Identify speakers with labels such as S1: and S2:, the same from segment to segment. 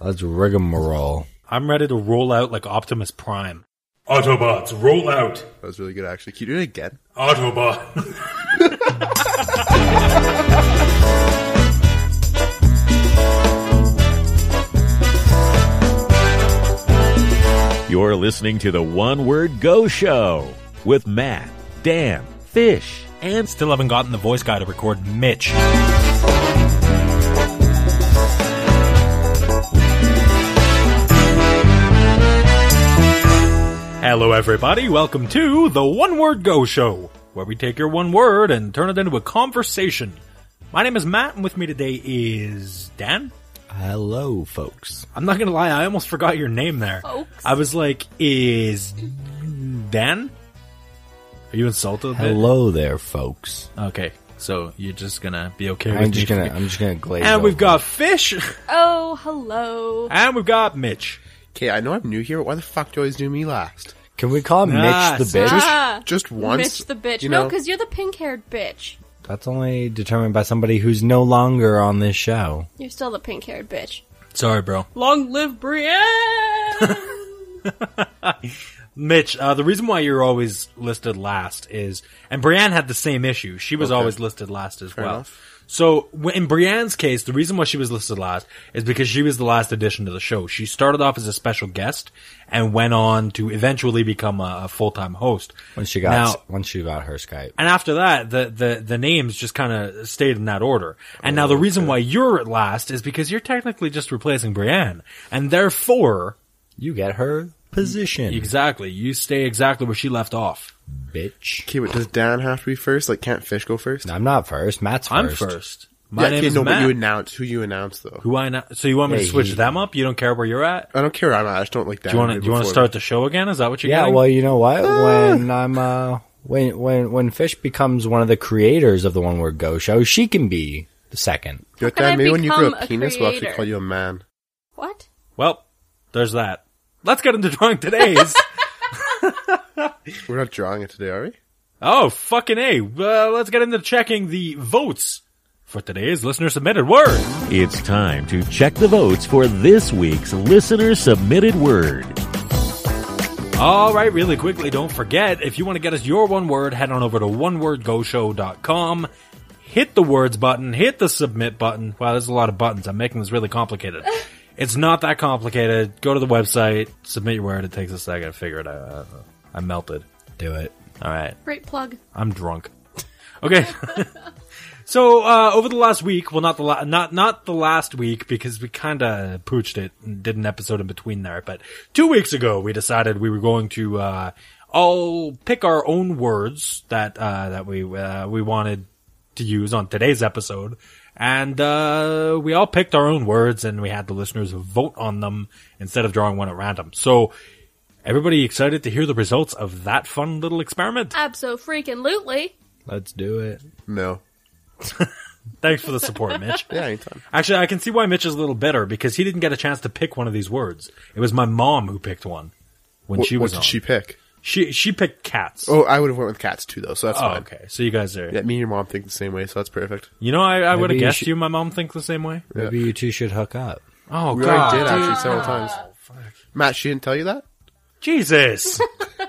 S1: That's rigmarole.
S2: I'm ready to roll out like Optimus Prime. Autobots, roll out.
S3: That was really good, actually. Can you do it again?
S2: Autobot.
S4: You're listening to the One Word Go Show with Matt, Dan, Fish, and
S2: Still haven't gotten the voice guy to record Mitch. Hello, everybody. Welcome to the One Word Go Show, where we take your one word and turn it into a conversation. My name is Matt, and with me today is Dan.
S1: Hello, folks.
S2: I'm not gonna lie, I almost forgot your name there.
S5: Folks.
S2: I was like, is Dan? Are you insulted? a bit?
S1: Hello there, folks.
S2: Okay, so you're just gonna be okay with
S1: I'm just
S2: me
S1: gonna,
S2: for-
S1: I'm just gonna glaze.
S2: And we've
S1: over.
S2: got Fish,
S5: Oh, hello.
S2: and we've got Mitch.
S3: Okay, I know I'm new here, but why the fuck do you always do me last?
S1: Can we call
S2: Ah,
S1: Mitch the bitch?
S5: Ah,
S3: Just once.
S5: Mitch the bitch.
S3: You
S5: no,
S3: know,
S5: because you're the pink-haired bitch.
S1: That's only determined by somebody who's no longer on this show.
S5: You're still the pink-haired bitch.
S2: Sorry, bro.
S5: Long live Brienne.
S2: Mitch, uh, the reason why you're always listed last is, and Brienne had the same issue. She was always listed last as well. So w- in Brienne's case, the reason why she was listed last is because she was the last addition to the show. She started off as a special guest and went on to eventually become a, a full-time host.
S1: When she got,
S2: Now-
S1: when she got her Skype.
S2: And after that, the, the, the names just kind of stayed in that order. And now the reason why you're at last is because you're technically just replacing Brienne. And therefore,
S1: You get her position,
S2: exactly, you stay exactly where she left off.
S1: bitch.
S3: Okay, but does Dan have to be first? Like, can't Fish go first?
S1: I'm not first. Matt's first.
S2: I'm first. My
S3: yeah,
S2: name
S3: okay,
S2: is
S3: no,
S2: Matt.
S3: but you announce who you announce, though.
S2: Who I know. So you want me to
S1: Yeah,
S2: switch
S1: he-
S2: them up? You don't care where you're at?
S3: I don't care. I'm not. I just don't like Dan.
S2: Do you want to, do you want to
S3: before-
S2: start the show again? Is that what you're
S1: Yeah.
S2: getting?
S1: Well, you know what?
S2: Ah.
S1: When I'm, uh, when, when, when Fish becomes one of the creators of the One Word Go show, she can be the second.
S3: You know what,
S5: How can I
S3: Dan, maybe when you grow
S5: become
S3: a
S5: a
S3: penis, we'll actually
S5: creator?
S3: call you a man.
S5: what?
S2: well, there's that. Let's get into drawing today's.
S3: We're not drawing it today, are we?
S2: oh, fucking A. Well, let's get into checking the votes for today's listener submitted word.
S4: It's time to check the votes for this week's listener submitted word.
S2: All right, really quickly, don't forget if you want to get us your one word, head on over to onewordgoshow.com. Hit the words button, hit the submit button. Wow, there's a lot of buttons. I'm making this really complicated. it's not that complicated. Go to the website, submit your word. It takes a second to figure it out. I'm melted.
S1: Do it.
S2: All right.
S5: Great plug.
S2: I'm drunk. Okay. so uh, over the last week, well, not the la- not not the last week because we kind of pooched it and did an episode in between there. But two weeks ago, we decided we were going to uh, all pick our own words that uh, that we uh, we wanted to use on today's episode. And uh, we all picked our own words, and we had the listeners vote on them instead of drawing one at random. So, everybody excited to hear the results of that fun little experiment?
S5: Abso freaking lootly.
S1: Let's do it.
S3: No.
S2: Thanks for the support, Mitch.
S3: Yeah, anytime.
S2: Actually, I can see why Mitch is a little bitter because he didn't get a chance to pick one of these words. It was my mom who picked one when
S3: What,
S2: she was
S3: what
S2: on.
S3: did she pick?
S2: she she picked cats.
S3: Oh, I would have went with cats too, though. So that's
S2: Oh,
S3: fine.
S2: okay. So you guys are.
S3: Yeah, me and your mom think the same way, so that's perfect.
S2: You know, I, I would have
S1: Maybe you
S2: guessed
S1: should-
S2: you. My mom thinks the same way.
S1: Maybe you two should hook up.
S2: Oh
S3: We
S2: God,
S3: already did
S2: dude.
S3: actually
S5: Ah.
S3: several times. Matt, she didn't tell you that.
S2: Jesus,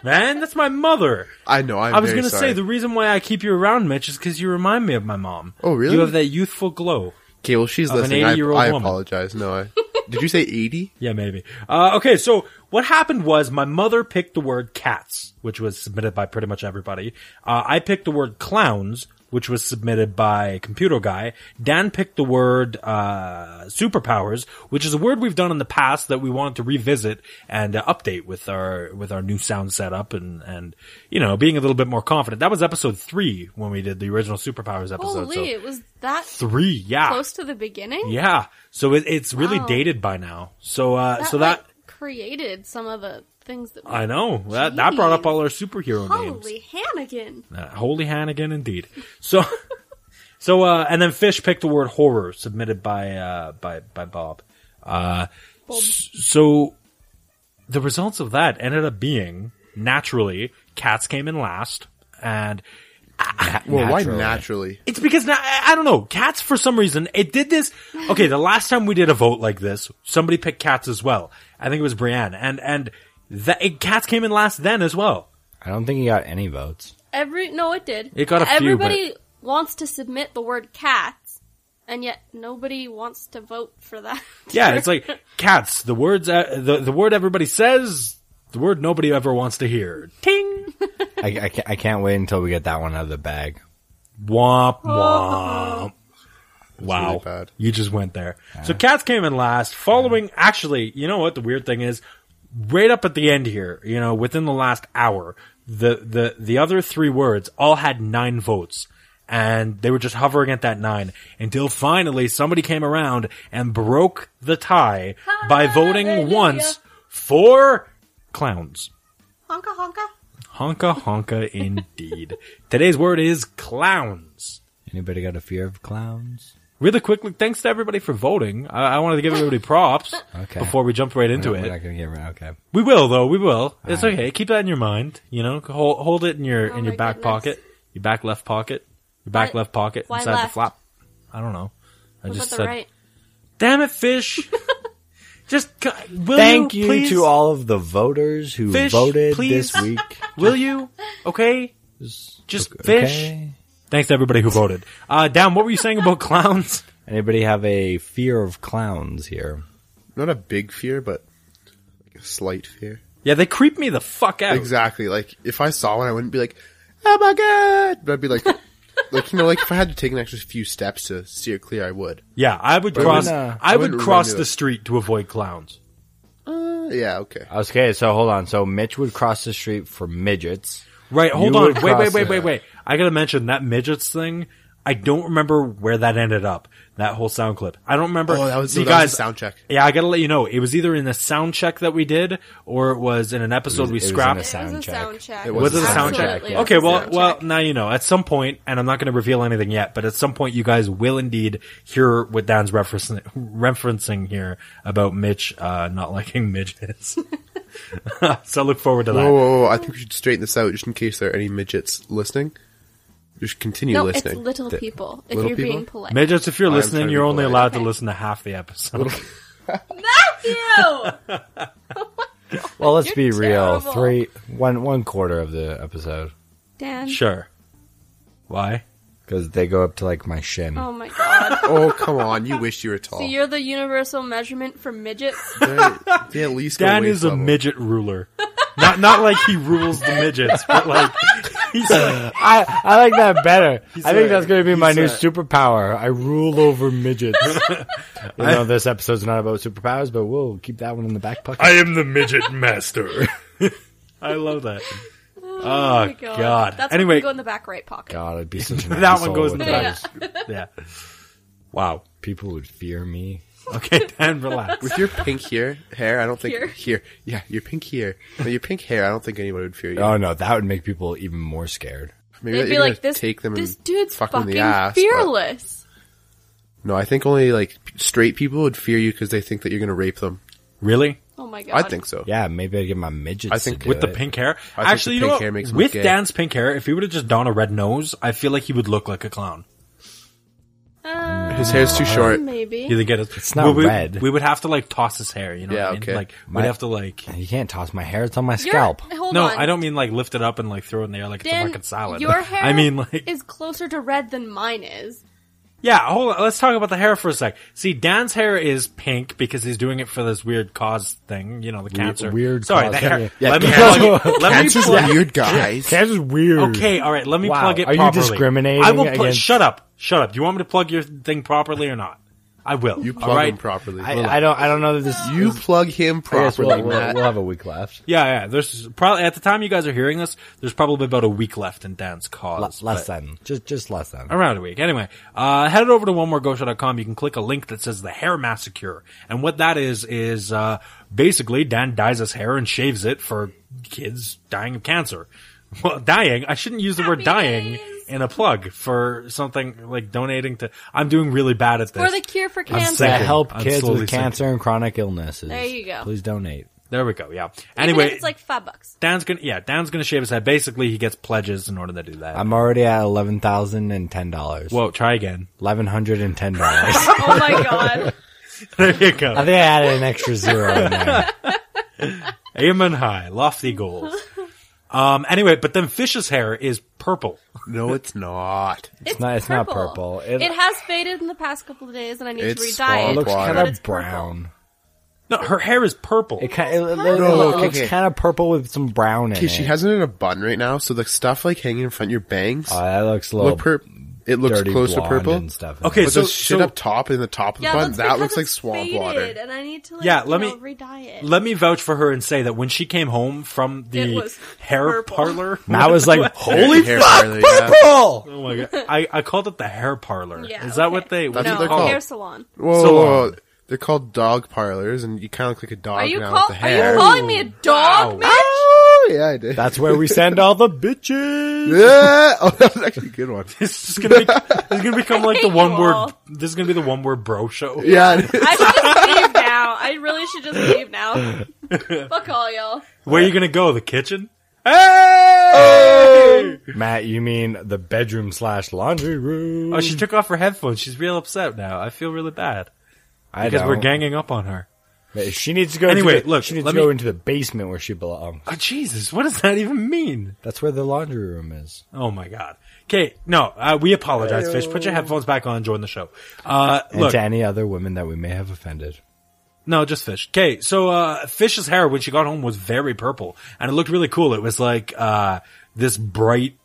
S2: man, that's my mother.
S3: I know. I'm
S2: I was
S3: very
S2: gonna say
S3: sorry.
S2: the reason why I keep you around, Mitch, is because you remind me of my mom.
S3: Oh, really?
S2: You have that youthful glow.
S3: Okay, well, she's
S2: of an
S3: listening. I,
S2: 80-year-old
S3: I
S2: woman.
S3: apologize. No, I did you say eighty?
S2: Yeah, maybe. Uh, okay, so what happened was my mother picked the word cats, which was submitted by pretty much everybody. Uh, I picked the word clowns, which was submitted by Computer Guy. Dan picked the word uh, superpowers, which is a word we've done in the past that we wanted to revisit and uh, update with our with our new sound setup and and you know being a little bit more confident. That was episode three when we did the original superpowers episode.
S5: Holy,
S2: so
S5: it was that
S2: three, yeah,
S5: close to the beginning.
S2: yeah. So it, it's really
S5: Wow.
S2: dated by now. So uh,
S5: That,
S2: so that.
S5: like, created some of the things that we
S2: I know that that brought up
S5: Jeez.
S2: all our superhero names.
S5: Holy Hannigan.
S2: Uh, holy Hannigan, indeed. So, so uh, and then Fish picked the word horror, submitted by uh, by by Bob. Uh, s- so the results of that ended up being naturally cats came in last, and
S3: Well, why
S1: Naturally.
S3: naturally?
S2: It's because now, I I don't know. Cats, for some reason, it did this. Okay, the last time we did a vote like this, somebody picked cats as well. I think it was Brienne, and and that it, cats came in last then as well.
S1: I don't think he got any votes.
S5: Every no, it did.
S2: It got a few,
S5: Everybody wants to submit the word cats, and yet nobody wants to vote for that.
S2: Yeah, it's like cats. The words, uh, the the word everybody says, the word nobody ever wants to hear. Ting.
S1: I, I, can't, I can't wait until we get that one out of the bag.
S2: Womp womp. Wow,
S3: really bad.
S2: you just went there. So cats came in last. Following, actually, you know what? The weird thing is, right up at the end here, you know, within the last hour, the the the other three words all had nine votes. And they were just hovering at that nine until finally somebody came around and broke the tie by voting
S5: Hallelujah.
S2: once for clowns.
S5: honka honka.
S2: Honka honka indeed. Today's word is clowns.
S1: Anybody got a fear of clowns?
S2: Really quickly, thanks to everybody for voting. I, I wanted to give everybody props
S1: Okay.
S2: before we jump right into
S1: We're not-
S2: it.
S1: We're not gonna get rid- okay.
S2: We will though. We will. It's okay. Keep that in your mind. You know, hold, hold it in your
S5: Oh
S2: in your
S5: my
S2: back
S5: goodness.
S2: pocket, your back left pocket, your back
S5: Why-
S2: left pocket
S5: why
S2: inside the
S5: left?
S2: flap. I don't know. I
S5: What about
S2: just
S5: the
S2: said,
S5: right?
S2: "Damn it, fish!" just c- will
S1: Thank you
S2: please?
S1: to all of the voters who
S2: Fish,
S1: voted
S2: please.
S1: this week.
S2: Will you? Okay. Just fish.
S1: Okay.
S2: Thanks to everybody who voted. Uh, Dam, what were you saying about clowns?
S1: Anybody have a fear of clowns here?
S3: Not a big fear, but like a slight fear.
S2: Yeah, they creep me the fuck out.
S3: Exactly. Like if I saw one, I wouldn't be like, "Oh my god!" But I'd be like, like you know, like if I had to take an extra few steps to steer clear, I would.
S2: Yeah, I would
S1: But
S2: cross.
S1: when, uh,
S2: I
S3: I
S2: would
S3: wouldn't
S2: cross
S3: remember
S2: the
S3: that.
S2: street to avoid clowns.
S3: Uh, yeah. Okay.
S1: Okay, so hold on. So Mitch would cross the street for midgets.
S2: Right. Hold
S1: You
S2: on.
S1: would
S2: Wait, wait,
S1: cross
S2: wait,
S1: the-
S2: wait, wait. I gotta mention that midgets thing. I don't remember where that ended up. That whole sound clip. I don't remember.
S3: Oh, that was-
S2: See,
S3: no, that was
S2: guys,
S3: a sound check.
S2: Yeah, I gotta let you know. It was either in the sound check that we did, or it was in an episode
S1: was-
S2: we
S1: it was in
S2: scrapped.
S1: a
S5: It was a
S1: Sound check.
S5: sound check.
S3: It
S2: was it a sound check?
S5: Absolutely, it was
S2: Okay,
S5: a
S2: well,
S5: sound
S2: well,
S5: check.
S2: now you know. At some point, and I'm not going to reveal anything yet, but at some point, you guys will indeed hear what Dan's referencing, referencing here about Mitch uh, not liking midgets. so look forward to that.
S3: Whoa, whoa, whoa! I think we should straighten this out, just in case there are any midgets listening. Just continue
S5: No, it's
S3: listening.
S5: little people. If
S3: little
S5: you're
S3: people?
S5: being polite,
S2: Midgets, if you're
S3: I'm
S2: listening,
S3: trying to
S2: you're
S3: be
S2: only
S3: polite.
S2: allowed to
S5: Okay.
S2: listen to half the episode.
S5: Matthew.
S1: Well, let's be
S5: You're
S1: real.
S5: terrible.
S1: Three, one, one quarter of the episode
S5: Dan.
S2: sure. Why?
S1: because they go up to like my shin.
S5: Oh my god.
S3: oh come on! You wish you were tall.
S5: So you're the universal measurement for midgets?
S3: They- they at least go
S2: Dan
S3: waist
S2: is a
S3: level.
S2: midget ruler. Not not like he rules the midgets, but like he's like,
S1: I, I like that better. I think
S2: a-
S1: that's going to be my
S2: he's
S1: new
S2: a-
S1: superpower. I rule over midgets. you know, this episode's not about superpowers, but we'll keep that one in the back pocket.
S2: am the midget master. I love that.
S5: Oh, my
S2: God.
S5: That's
S2: Anyway-
S5: anyway, go in the back right pocket.
S1: God, I'd be such an
S2: That one goes in the
S5: Yeah.
S2: back. Yeah. Wow.
S1: People would fear me.
S2: Okay, Dan, relax.
S3: With your pink here, hair, I don't think
S5: Here.
S3: here. Yeah, your pink here. No, your pink hair, I don't think anybody would fear you.
S1: Oh no, that would make people even more scared.
S5: They'd
S3: Maybe you're
S5: be
S3: gonna
S5: like, this,
S3: take them
S5: this
S3: and
S5: dude's
S3: fuck
S5: fucking
S3: them in the ass. but-
S5: fearless.
S3: No, I think only like p- straight people would fear you because they think that you're going to rape them.
S2: Really?
S5: Oh my god.
S3: I think so.
S1: Yeah, maybe I'd get my midgets.
S3: I think
S1: to do
S2: With the
S1: it.
S2: pink hair?
S3: I think the
S2: Actually, you know
S3: pink
S2: what?
S3: hair makes him
S2: With
S3: gay.
S2: Dan's pink hair, if he would have just donned a red nose, I feel like he would look like a clown.
S5: Uh,
S3: His hair's too short.
S2: You
S5: maybe.
S2: either get it.
S1: It's not
S2: we, we-
S1: red.
S2: We would have to like toss his hair. You know.
S3: Yeah,
S2: What I mean?
S3: okay.
S2: Like
S1: My-
S2: we'd have to like.
S1: You can't toss my hair; it's on my
S5: Your-
S1: scalp.
S5: hold
S2: no,
S5: on.
S2: I don't mean like lift it up and like throw it in the air like it's
S5: Dan,
S2: a fucking salad.
S5: your hair
S2: I mean like
S5: is closer to red than mine is.
S2: yeah. Hold on. Let's talk about the hair for a sec. See, Dan's hair is pink because he's doing it for this weird cause thing. You know, the cancer.
S1: weird
S2: Sorry,
S1: cause,
S2: the hair.
S1: yeah.
S2: let me
S1: cancer-
S2: plug. it- Let me
S3: Cancer's
S2: plug.
S3: weird, guys.
S1: That's weird.
S2: Okay, all right. Let me
S1: Wow,
S2: plug it.
S1: are you
S2: properly.
S1: discriminating
S2: I will plug.
S1: against-
S2: Shut up. Shut up. Do you want me to plug your thing properly or not? I will.
S3: You
S2: all
S3: plug
S2: right?
S3: him properly. Hold on.
S1: I, I don't. I don't know that this.
S3: you plug him
S1: I guess we'll,
S3: properly,
S1: we'll-
S3: Matt.
S1: we'll have a week left.
S2: Yeah, yeah. There's probably at the time you guys are hearing this, there's probably about a week left in Dan's cause.
S1: less
S2: but-
S1: than just just less than.
S2: Around a week. Anyway, uh, head over to onemoregoshow.com. You can click a link that says the hair massacre. And what that is, is, uh, basically Dan dyes his hair and shaves it for kids dying of cancer. Well, dying, I shouldn't use the word
S5: Happy
S2: dying
S5: days.
S2: in a plug for something like donating to, I'm doing really bad at this.
S5: For the cure for
S2: I'm
S5: cancer.
S1: To
S2: sinking.
S1: help
S2: I'm
S1: kids
S2: slowly
S1: with cancer and chronic illnesses.
S5: There you go.
S1: Please donate.
S2: There we go. Yeah.
S5: Even
S2: Anyway,
S5: if it's like five bucks.
S2: Dan's gonna yeah, Dan's gonna shave his head. Basically, he gets pledges in order to do that.
S1: I'm already at eleven thousand and ten dollars.
S2: Whoa, try again.
S1: eleven hundred and ten dollars.
S5: Oh my god.
S2: There you
S1: I
S2: go.
S1: think I added an extra zero in there.
S2: Aim and high, lofty goals. Um. Anyway, but then Fish's hair is purple.
S3: No, it's not.
S5: It's,
S1: not- it's not purple. It-
S5: It, has faded in the past couple of days, and I need
S3: It's
S5: to
S1: It
S5: re-dye it.
S3: swallowed.
S1: looks
S3: Water.
S1: kind
S5: But it's
S1: of
S5: purple.
S1: brown.
S2: No, her hair is purple.
S1: It kind it, it- it
S5: No,
S1: looks
S3: okay.
S1: kind of purple with some brown in
S3: Okay,
S1: it.
S3: she has it in a bun right now, so the stuff like hanging in front of your bangs
S1: Oh, that looks a little
S3: look pur- It looks
S1: dirty
S3: close to
S1: blonde
S3: purple.
S1: and stuff.
S2: Okay,
S3: But
S2: so,
S3: the shit
S2: so
S3: up top in the top of the
S5: Yeah,
S3: bun,
S5: that's
S3: that
S5: because
S3: looks like
S5: it's
S3: swamp
S5: faded,
S3: water.
S5: and I need to like,
S2: Yeah,
S5: you
S2: let me-
S5: know, re-dye it.
S2: let me vouch for her and say that when she came home from
S5: It
S2: the
S5: was
S2: hair
S5: purple.
S2: parlor,
S1: Matt was like, "Holy
S3: Hair
S1: fuck,
S3: curly, yeah.
S1: purple!"
S2: Oh my god! I, I called it the hair parlor.
S5: Yeah,
S2: is that
S5: okay.
S2: what they? What
S3: That's
S5: no,
S2: do
S3: what they're
S2: you call
S5: hair
S2: it?
S5: salon.
S3: Whoa,
S2: So
S3: whoa, whoa.
S2: on.
S3: They're called dog parlors, and you kind of look like a dog
S5: Are you
S3: now
S5: call-
S3: with the
S5: Are
S3: hair.
S5: you calling me a dog,
S2: Wow.
S5: man?
S3: Oh, yeah, I did.
S1: That's where we send all the bitches.
S3: yeah. Oh, that was actually a good one.
S2: This is gonna be, this is gonna become like the
S5: hate
S2: one
S5: you
S2: word.
S5: all.
S2: This is gonna be the one word bro show.
S3: Yeah, it is.
S5: I should just leave now. I really should just leave now. Fuck all y'all.
S2: Where are you gonna go? The kitchen?
S1: Matt, you mean the bedroom slash laundry room?
S2: Oh,
S3: Mm.
S2: she took off her headphones. She's real upset now. I feel really bad
S1: I
S2: because we're
S1: don't.
S2: ganging up on her.
S1: She needs to go.
S2: Anyway,
S1: into the,
S2: look,
S1: she needs
S2: let
S1: to go
S2: me-
S1: into the basement where she belongs.
S2: Oh, Jesus, what does that even mean?
S1: That's where the laundry room is.
S2: Oh my God. Okay, no, uh, we apologize, Fish. Put your headphones back on and join the show. Uh,
S1: And
S2: look,
S1: to any other women that we may have offended.
S2: No, just fish. Okay, so uh, Fish's hair when she got home was very purple, and it looked really cool. It was like uh, this bright.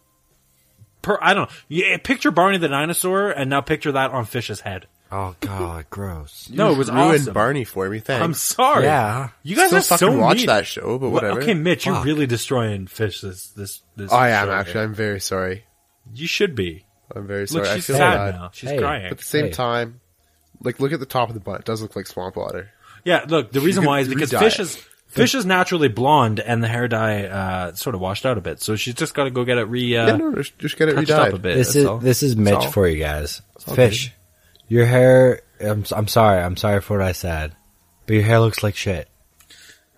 S2: Per- I don't know. Yeah, picture Barney the dinosaur, and now picture that on Fish's head.
S1: Oh God, gross.
S2: No, it was
S3: ruined
S2: awesome.
S3: Barney for me. Thanks.
S2: I'm sorry.
S1: Yeah.
S2: you guys
S3: Still
S2: are
S3: fucking
S2: so
S3: watch
S2: mean.
S3: that show, but
S2: Wha-
S3: whatever. Oh,
S2: Okay, Mitch,
S1: Fuck.
S2: you're really destroying Fish. This this this.
S3: I am
S2: show.
S3: actually. I'm very sorry.
S2: You should be.
S3: I'm very sorry.
S2: Look,
S3: I
S2: she's
S3: feel
S2: sad
S3: bad.
S2: now. She's
S1: Hey.
S2: crying.
S3: But at the same
S1: Hey.
S3: time, like look at the top of the bun. It does look like swamp water.
S2: Yeah, look, the reason
S3: could
S2: why is because
S3: re-dye
S2: fish
S3: it.
S2: is fish is naturally blonde, and the hair dye uh, sort of washed out a bit. So she's just got to go get it re uh,
S3: yeah, no, just, just get it
S2: touched
S3: redyed.
S2: up a bit.
S1: This
S2: that's
S1: is
S2: all.
S1: this is Mitch
S3: all.
S1: for you guys. Fish, your hair. I'm s- I'm sorry. I'm sorry for what I said, but your hair looks like shit.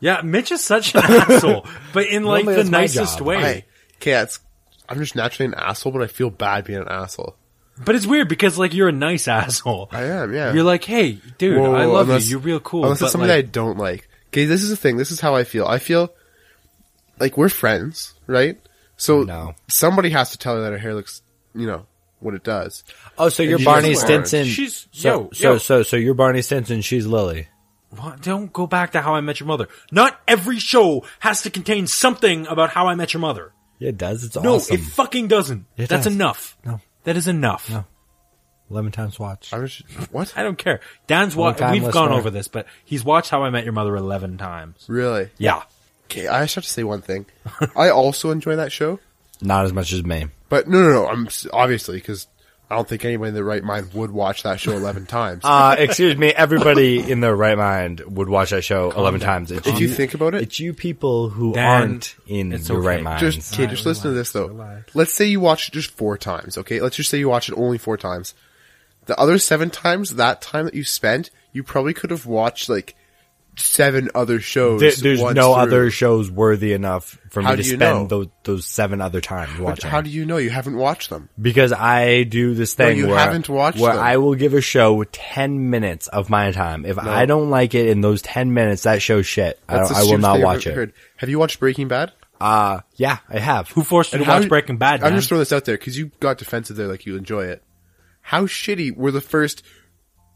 S2: Yeah, Mitch is such an asshole, but in like
S1: Normally
S2: the
S1: that's my
S2: nicest
S1: job.
S2: way.
S3: I, okay, that's, I'm just naturally an asshole, but I feel bad being an asshole.
S2: But it's weird because like you're a nice asshole.
S3: I am, yeah.
S2: You're like, hey, dude,
S3: Whoa,
S2: I
S3: whoa,
S2: love
S3: unless-
S2: you. You're real cool.
S3: Unless
S2: but,
S3: it's something
S2: like,
S3: I don't like. Okay, this is the thing. This is how I feel. I feel like we're friends, right? So
S1: No.
S3: somebody has to tell her that her hair looks, you know, what it does.
S1: Oh, so you're
S3: you
S1: Barney
S3: just weren't.
S1: Stinson.
S2: She's-
S1: so
S2: yo,
S1: so
S2: yo.
S1: so so you're Barney Stinson. She's Lily.
S2: what- don't go back to How I Met Your Mother. Not every show has to contain something about How I Met Your Mother.
S1: Yeah, it does. It's
S2: No,
S1: awesome.
S2: it fucking doesn't.
S1: It
S2: That's
S1: does.
S2: enough.
S1: No.
S2: that is enough.
S1: No. Eleven times watch.
S3: I'm just, what?
S2: I don't care. Dan's wa-
S1: Long-time
S2: we've gone
S1: listener.
S2: over this, but he's watched How I Met Your Mother eleven times.
S3: Really?
S2: Yeah,
S3: Okay, I just have to say one thing. I also enjoy that show,
S1: Not as much as me.
S3: but no, no, no. I'm s- obviously because I don't think anybody in their right mind would watch that show eleven times.
S1: Uh, excuse me. Everybody in their right mind would watch that show eleven times. It's
S2: um,
S3: Did you think about it?
S1: It's you people who
S2: Dan,
S1: aren't in
S2: it's
S1: your
S2: okay.
S1: right mind.
S3: Just okay,
S2: Alright,
S3: just listen to
S2: relax,
S3: this though.
S2: relax.
S3: Let's say you watch it just four times, okay? Let's just say you watch it only four times. The other seven times, that time that you spent, you probably could have watched like seven other shows.
S1: There- there's
S3: once
S1: no
S3: through.
S1: other shows worthy enough for
S3: How
S1: me to
S3: do you know?
S1: spend those, those seven other times
S3: But
S1: watching.
S3: How do you know you haven't watched them?
S1: because I do this
S3: No,
S1: thing
S3: you
S1: where,
S3: haven't watched
S1: where
S3: them.
S1: I will give a show 10 minutes of my time. If I don't like it in those 10 minutes, that show's shit. I, don't-
S3: That's the
S1: I will
S3: stupidest
S1: not
S3: thing I've
S1: watch
S3: ever
S1: it.
S3: heard. Have you watched Breaking Bad?
S1: Uh, yeah, I have.
S2: who forced you to
S3: how
S2: watch
S3: did-
S2: Breaking Bad?
S3: I'm
S2: Dan?
S3: just throwing this out there because you got defensive there, like you enjoy it. How shitty were the first?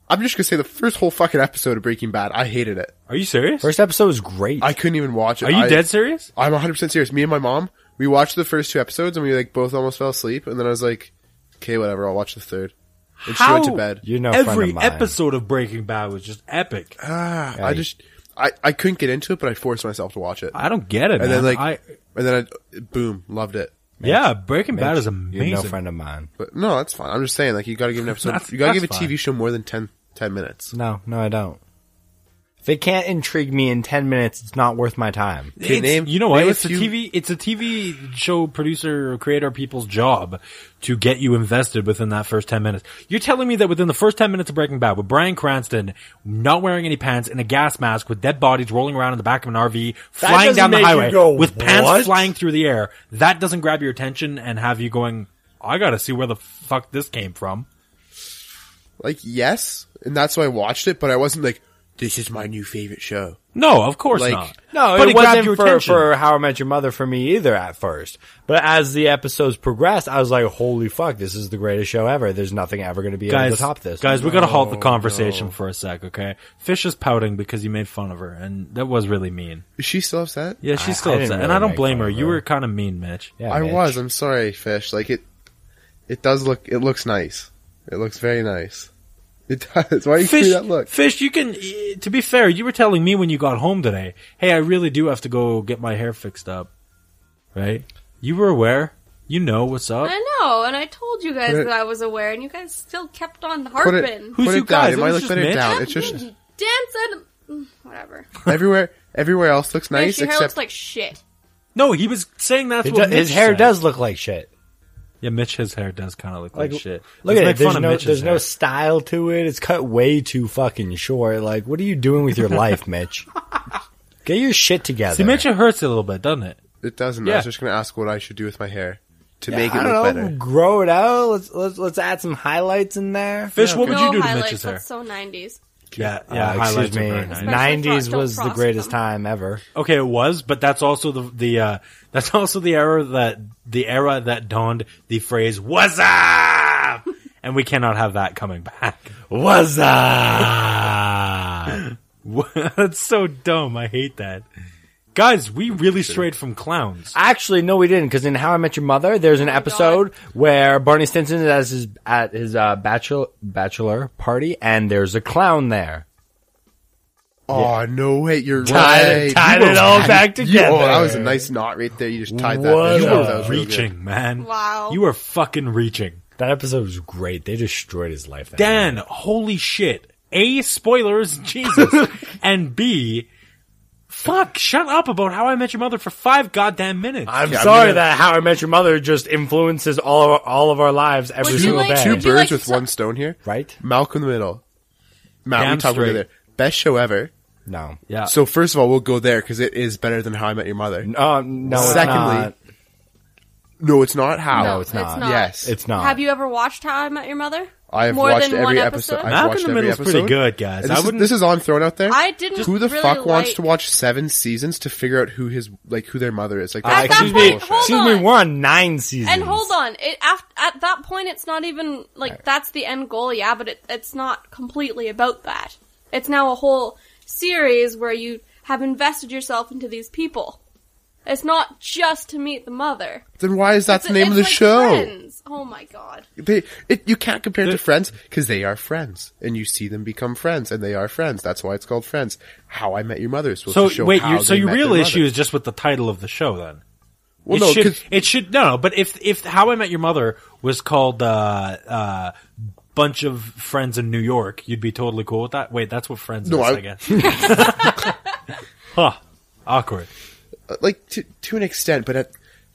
S3: I'm just gonna say the first whole fucking episode of Breaking Bad. I hated it.
S2: Are you serious?
S1: First episode was great.
S3: I couldn't even watch it.
S2: Are you
S3: I-
S2: dead serious?
S3: I'm 100 percent serious. Me and my mom, we watched the first two episodes and we like both almost fell asleep. And then I was like, "Okay, whatever, I'll watch the third. And she went to bed.
S1: You know, friend
S2: every
S1: of mine.
S2: episode of Breaking Bad was just epic.
S3: Ah, I just, I, I couldn't get into it, but I forced myself to watch it.
S2: I don't get it, man.
S3: and then like,
S2: I,
S3: and then I, boom, loved it.
S2: yeah, Breaking Bad is amazing.
S1: You're no friend of mine.
S3: But no, that's fine. I'm just saying, like, you got to give an episode.
S2: That's-
S3: you got
S2: that's
S3: to give a
S2: fine.
S3: TV show more than 10, 10 minutes.
S1: No, no, I don't. If it can't intrigue me in 10 minutes, it's not worth my time.
S3: Okay,
S2: It's-
S3: name-
S2: you know what?
S3: name a
S2: It's a
S3: few-
S2: TV. It's a TV show producer or creator people's job to get you invested within that first ten minutes. You're telling me that within the first ten minutes of Breaking Bad, with Brian Cranston not wearing any pants in a gas mask with dead bodies rolling around in the back of an RV, flying
S1: doesn't
S2: down the
S1: make you
S2: highway
S1: go,
S2: with pants
S1: "What?"
S2: flying through the air, that doesn't grab your attention and have you going, "I got to see where the fuck this came from."
S3: Like, yes, and that's why I watched it, but I wasn't like, this is my new favorite show.
S2: No, of course
S3: Like-
S2: not.
S1: No,
S2: but
S1: it, wasn't
S2: grabbed your
S1: for,
S2: attention.
S1: for How I Met Your Mother for me either at first. But as the episodes progressed, I was like, holy fuck, this is the greatest show ever. There's nothing ever going to be able
S2: guys,
S1: to top this.
S2: Guys, we gotta halt the conversation for a sec, okay? Fish is pouting because you made fun of her, and that was really mean.
S3: Is she still upset?
S2: Yeah, she's
S1: I-
S2: still
S1: I
S2: upset,
S1: didn't
S2: and
S1: really
S2: I don't
S1: make
S2: blame
S1: fun
S2: her.
S1: of
S2: You
S1: her.
S2: were kind of mean, Mitch.
S1: Yeah,
S3: I
S1: bitch.
S3: was. I'm sorry, Fish. Like it, it does look. It looks nice. It looks very nice. It does. Why do you give
S2: Fish,
S3: me that look?
S2: Fish, you can. eh, To be fair, you were telling me when you got home today, "Hey, I really do have to go get my hair fixed up." Right? You were aware. You know what's up.
S5: I know, and I told you guys
S3: Put it-
S5: that I was aware, and you guys still kept on
S3: Put it.
S5: harping.
S2: Who's
S3: put
S2: you
S3: it down.
S2: guys?
S3: It
S2: It
S3: might
S2: was
S3: look
S2: just
S3: better
S2: Mitch.
S3: down.
S5: That
S3: It's just
S5: dance and mm, whatever.
S3: everywhere. Everywhere else looks
S5: Man,
S3: nice
S5: your hair looks
S3: except
S5: like shit.
S2: No, he was saying that's
S1: It
S2: what
S1: do- his
S2: Mitch
S1: hair
S2: said.
S1: does look like shit.
S2: Yeah, Mitch's hair does kind of look like,
S1: Like,
S2: shit.
S1: Look
S2: Let's
S1: at
S2: make
S1: it.
S2: fun
S1: There's
S2: of
S1: no,
S2: Mitch's
S1: there's no
S2: hair.
S1: style to it. It's cut way too fucking short. Like, what are you doing with your life, Mitch? Get your shit together.
S2: See, Mitch, it hurts a little bit, doesn't it?
S3: it doesn't.
S2: Yeah.
S3: I was just gonna ask what I should do with my hair to make it
S1: I don't
S3: look
S1: know.
S3: better.
S1: Grow it out. Let's let's let's add some highlights in there.
S2: Fish, what would
S5: no
S2: you do to
S5: highlights.
S2: Mitch's hair?
S5: That's so 90s.
S2: Yeah,
S1: Uh, excuse me.
S5: nice.
S1: Nineties
S5: Especially
S1: was
S5: Fro-
S1: the
S5: Frost
S1: greatest
S5: them.
S1: time ever.
S2: Okay, it was, but that's also the the uh, that's also the era that the era that dawned the phrase "What's up," and we cannot have that coming back.
S1: Was that?
S2: that's so dumb. I hate that. Guys, we really strayed from clowns.
S1: Actually, no, we didn't. Because in How I Met Your Mother, there's an episode where Barney Stinson is at his at his uh, bachelor bachelor party, and there's a clown there.
S3: Oh no! way! you're
S1: Tied-
S3: right.
S1: tied
S3: You
S1: it
S3: were
S1: all
S3: right.
S1: back
S3: You- oh, that was a
S1: together.
S3: nice knot right there. You just tied
S1: What
S3: that.
S2: You
S1: Yeah,
S3: together.
S1: that
S2: were
S1: was
S2: reaching, man.
S5: Wow.
S2: you were fucking reaching.
S1: That episode was great. They destroyed his life. That night.
S2: Dan, holy shit. A, spoilers, Jesus. and B, fuck, shut up about how I met your mother for five goddamn minutes.
S1: I'm
S3: Yeah, I'm
S1: sorry
S3: gonna-
S1: that How I Met Your Mother just influences all of our, all of our lives every
S5: Would you
S1: single
S5: like-
S1: day.
S3: Two
S5: Would you like
S3: birds with
S5: to-
S3: one stone here.
S1: right?
S3: Malcolm in the middle. Matt,
S2: Damn
S3: we talked
S2: straight.
S3: about it there. Best show ever.
S1: No.
S2: yeah.
S3: So first of all, we'll go there because it is better than How I Met Your Mother.
S1: Um, no. it's
S3: Secondly-
S1: not.
S3: No, Oh, it's not how.
S5: no,
S1: it's not.
S3: Yes,
S1: it's not.
S5: Have you ever watched How I Met Your Mother?
S3: I have
S5: More
S3: watched
S5: than
S3: every
S5: one
S3: episode.
S5: episode?
S3: I've
S2: Malcolm
S3: watched
S2: in the
S3: every
S2: Middle's
S3: episode.
S2: pretty good, guys.
S3: And
S2: I
S3: This, is,
S2: wouldn't-
S3: this is on thrown out there.
S5: I didn't
S3: Who the
S5: really
S3: fuck wants
S5: like-
S3: to watch seven seasons to figure out who his like who their mother is? Like,
S1: Uh,
S5: At
S3: that's
S5: that
S1: excuse
S3: fucking
S1: me.
S5: point-
S3: bullshit.
S5: hold
S1: excuse me.
S5: on.
S1: We're on nine seasons.
S5: And hold on, it af- at that point it's not even like that's the end goal, yeah, but it, it's not completely about that. It's now a whole series where you have invested yourself into these people. It's not just to meet the mother.
S3: Then why is that
S5: It's-
S3: the name of
S5: it's
S3: the
S5: like
S3: show?
S5: Friends. Oh my god.
S3: They, it, you can't compare it to Friends because they are friends, and you see them become friends, and they are friends. That's why it's called Friends. How I Met Your Mother is supposed
S2: so
S3: to show
S2: wait,
S3: how
S2: you, so
S3: they
S2: your
S3: met
S2: real
S3: their
S2: issue
S3: mother.
S2: is just with the title of the show then.
S3: well,
S2: it
S3: no,
S2: should
S3: 'cause-
S2: it should no no, but if if How I Met Your Mother was called uh uh Bunch of Friends in New York, you'd be totally cool with that. Wait, that's what Friends
S3: No,
S2: is, I,
S3: I-
S2: guess. huh. Awkward.
S3: like to to an extent, but at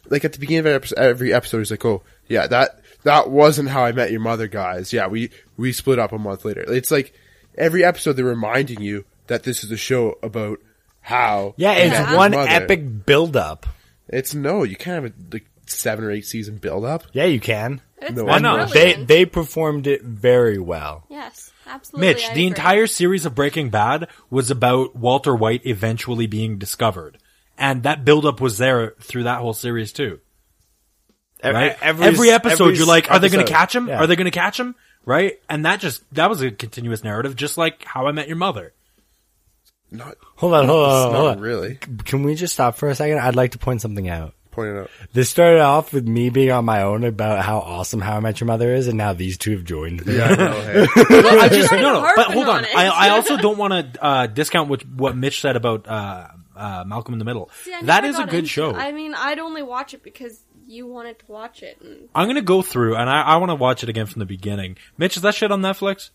S3: like at the beginning of every episode, every episode is like, oh yeah, that that wasn't how I met your mother, guys. Yeah, we we split up a month later. It's like every episode they're reminding you that this is a show about how
S1: Yeah,
S3: you
S1: it's
S3: met your
S1: one
S3: mother.
S1: epic buildup.
S3: It's no, you can't have a like seven or eight season build up.
S1: Yeah, you can.
S5: It's
S3: No,
S2: Why not?
S5: brilliant.
S1: They they performed it very well.
S5: Yes, absolutely.
S2: Mitch,
S5: I
S2: the
S5: agree.
S2: entire series of Breaking Bad was about Walter White eventually being discovered. And that buildup was there through that whole series too.
S1: E-
S2: Right?
S1: Every,
S2: episode
S1: every
S2: you're like, are they going to
S1: episode.
S2: catch him?
S1: Yeah.
S2: Are they going to catch him? Right? And that just that was a continuous narrative just like How I Met Your Mother.
S3: Not
S1: Hold on, hold on,
S3: it's
S1: hold
S3: not
S1: on.
S3: really
S1: Can we just stop for a second? I'd like to point something out.
S3: pointed out.
S1: This started off with me being on my own about how awesome How I Met Your Mother is, and now these two have joined. me.
S3: Yeah, I know, hey.
S2: Well, I just
S5: Started
S2: no, no. But
S5: harping
S2: hold on.
S5: on it.
S2: I, I also don't want to uh, discount what what Mitch said about uh, uh, Malcolm in the Middle.
S5: See, I
S2: that
S5: never
S2: is a
S5: got
S2: good
S5: into-
S2: show.
S5: I mean, I'd only watch it because you wanted to watch it. And
S2: I'm gonna go through and I, I want to watch it again from the beginning. Mitch, is that shit on Netflix?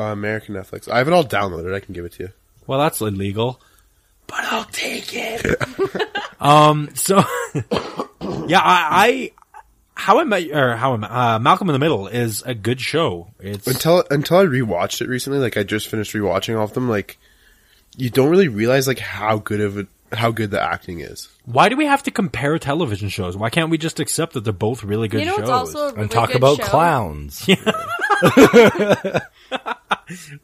S3: uh, American Netflix. I have it all downloaded. I can give it to you.
S2: well, that's illegal. But I'll take it. um, so, yeah, I, I, How I Met, or How I Met, uh, Malcolm in the Middle is a good show. It's,
S3: until until I rewatched it recently, like I just finished rewatching off them, like you don't really realize like how good of it how good the acting is.
S2: why do we have to compare television shows? Why can't we just accept that they're both really good
S5: you know,
S2: shows?
S5: it's also a really
S1: and talk
S5: good
S1: about
S5: show.
S1: clowns.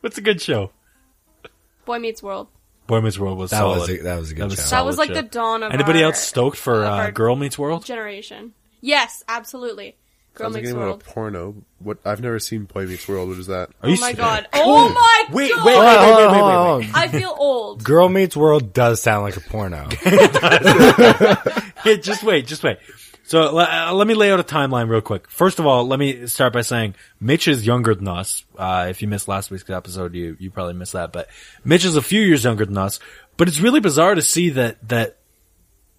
S2: What's a good show?
S5: Boy Meets World.
S2: Boy Meets World was
S1: That
S2: solid.
S1: was a- that was a good show. That
S5: That was
S2: solid
S5: like the
S2: show.
S5: dawn of
S2: Anybody
S5: our
S2: else stoked for
S5: of
S2: uh,
S5: our-
S2: Girl Meets World?
S5: generation. Yes, absolutely. Girl
S3: Sounds like
S5: Meets
S3: anyone on a
S5: World.
S3: porno. What I've never seen Boy Meets World. What is that?
S2: Are you
S5: oh my
S2: s-
S5: god. Oh my
S2: Wait,
S5: god.
S2: wait,
S1: Hold on,
S2: wait,
S1: hold on,
S2: wait, wait,
S1: hold
S2: wait.
S1: on.
S5: I feel old.
S1: Girl Meets World does sound like a porno.
S2: Hey, just wait, just wait. So le- uh, let me lay out a timeline real quick. First of all, let me start by saying Mitch is younger than us. Uh, if you missed last week's episode, you you probably missed that. But Mitch is a few years younger than us. But it's really bizarre to see that that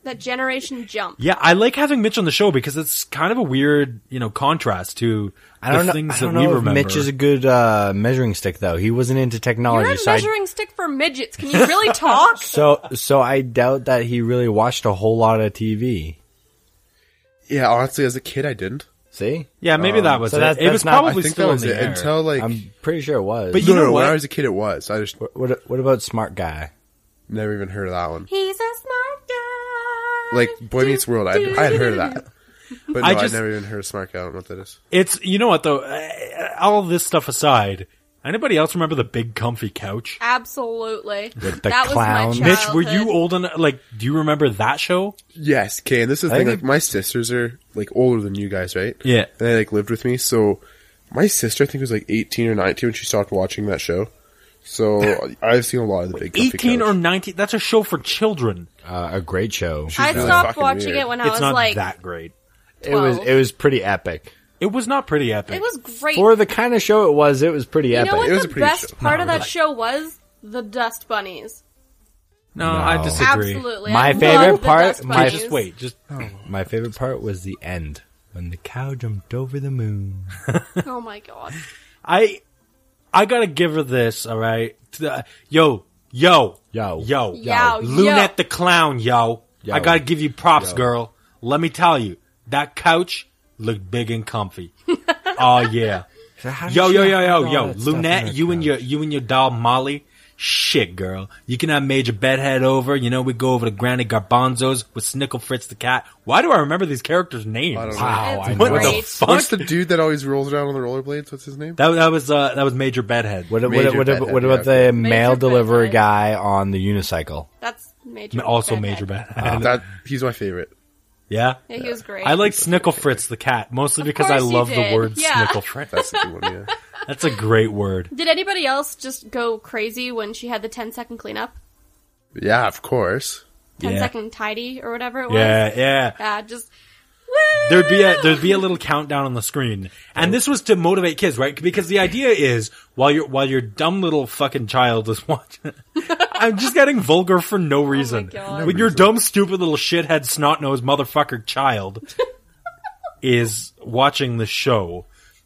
S5: That generation jump.
S2: yeah, I like having Mitch on the show because it's kind of a weird you know contrast to
S1: I don't
S2: the
S1: know.
S2: things
S1: I don't
S2: that
S1: know
S2: we
S1: if
S2: remember.
S1: Mitch is a good uh, measuring stick, though. He wasn't into technology,
S5: You're a
S1: so I-
S5: measuring stick for midgets. Can you really talk?
S1: Oh, so so I doubt that he really watched a whole lot of TV.
S3: Yeah, honestly, as a kid, I didn't.
S1: See,
S2: yeah, maybe that was
S1: Um, so
S2: it.
S1: that's-
S2: it
S1: that's
S2: was
S1: not- I
S3: I
S2: probably
S3: think
S2: still
S3: that was Um,
S2: in
S3: it
S2: the air.
S3: until like
S1: I'm pretty sure it was.
S2: But you
S3: no,
S2: know
S3: no, when
S2: what?
S3: I was a kid, it was. I just
S1: what what about Smart Guy?
S3: never even heard of that one.
S5: He's a smart guy.
S3: Like Boy Meets World, I, I had heard of that, but no,
S2: I
S3: I
S2: just-
S3: never even heard of Smart Guy. I don't know what that is.
S2: It's you know what though. Uh, all this stuff aside, anybody else remember the big comfy couch?
S5: Absolutely.
S1: the
S5: that
S1: clown.
S5: was my
S2: Mitch, were you
S5: childhood.
S2: old enough? Like, do you remember that show?
S3: Yes, okay, and this is the
S1: I
S3: thing.
S1: think-
S3: Like, my sisters are like older than you guys, right?
S2: Yeah.
S3: and they like lived with me. So my sister, I think, was like eighteen or nineteen when she stopped watching that show. So I've seen a lot of the big comfy
S2: 18
S3: couch.
S2: or 19? That's a show for children.
S1: Uh, a great show.
S5: I
S3: She's really
S5: stopped
S3: fucking
S5: watching
S3: weird.
S5: it when I
S2: it's
S5: was
S2: not
S5: like,
S2: that great.
S1: It was
S5: 12.
S1: it was pretty epic
S2: It was not pretty epic.
S5: it was great.
S1: for the kind of show it was. It was pretty
S5: you
S1: epic.
S5: know what
S3: It was
S5: the
S3: a pretty
S5: best
S3: show.
S5: part
S2: No,
S5: of that
S2: really.
S5: show was? The Dust Bunnies.
S2: no, I
S1: No.
S2: disagree.
S5: Absolutely.
S1: My
S5: I love
S1: favorite
S5: the
S1: part-
S5: Dust
S1: my-
S2: Wait,
S5: Bunnies.
S2: just wait. Just
S1: My favorite part was the end when the cow jumped over the moon.
S5: Oh my god.
S2: I, I gotta give her this. All right, To the- yo, yo,
S1: Yo.
S2: yo,
S5: Yo,
S2: Lunette
S5: yo.
S2: the clown, yo.
S1: Yo.
S2: I gotta give you props,
S1: Yo.
S2: girl. Let me tell you, that couch looked big and comfy. oh yeah. Yo, yo, yo, yo, yo, Lunette, you and your you and your doll Molly. Shit, girl. You can have Major Bedhead over. You know, we go over to Granny Garbanzo's with Snickle Fritz the cat. Why do I remember these characters' names?
S3: I don't know.
S1: Wow,
S5: It's
S1: I
S2: What
S1: know.
S2: the
S5: Great.
S2: fuck?
S3: What's the dude that always rolls around on the rollerblades? What's his name?
S2: that, that was uh, that was Major Bedhead.
S1: What,
S3: Major
S1: what, what,
S3: bedhead,
S1: what about
S3: yeah.
S1: the mail
S5: Major
S1: delivery
S5: bedhead.
S1: guy on the unicycle?
S5: That's Major.
S2: also
S5: Bedhead.
S2: Major Bedhead.
S3: that he's my favorite.
S2: yeah.
S5: Yeah, he was great.
S2: I like Snickle Fritz the cat mostly
S5: Of
S2: because I
S5: course you
S2: love the
S5: did.
S2: word
S5: Yeah.
S2: Snickle Fritz.
S3: That's the good one. Yeah.
S2: That's a great word.
S5: Did anybody else just go crazy when she had the 10 second cleanup?
S3: Yeah, of course.
S5: 10 second
S2: Yeah.
S5: tidy or whatever it was?
S2: Yeah, yeah.
S5: Yeah, just.
S2: there'd be a there'd be a little countdown on the screen, and this was to motivate kids, right? Because the idea is while your while your dumb little fucking child is watching, I'm just getting vulgar for no reason.
S5: Oh God.
S2: when your dumb, stupid little shithead, snot nosed motherfucker child is watching the show.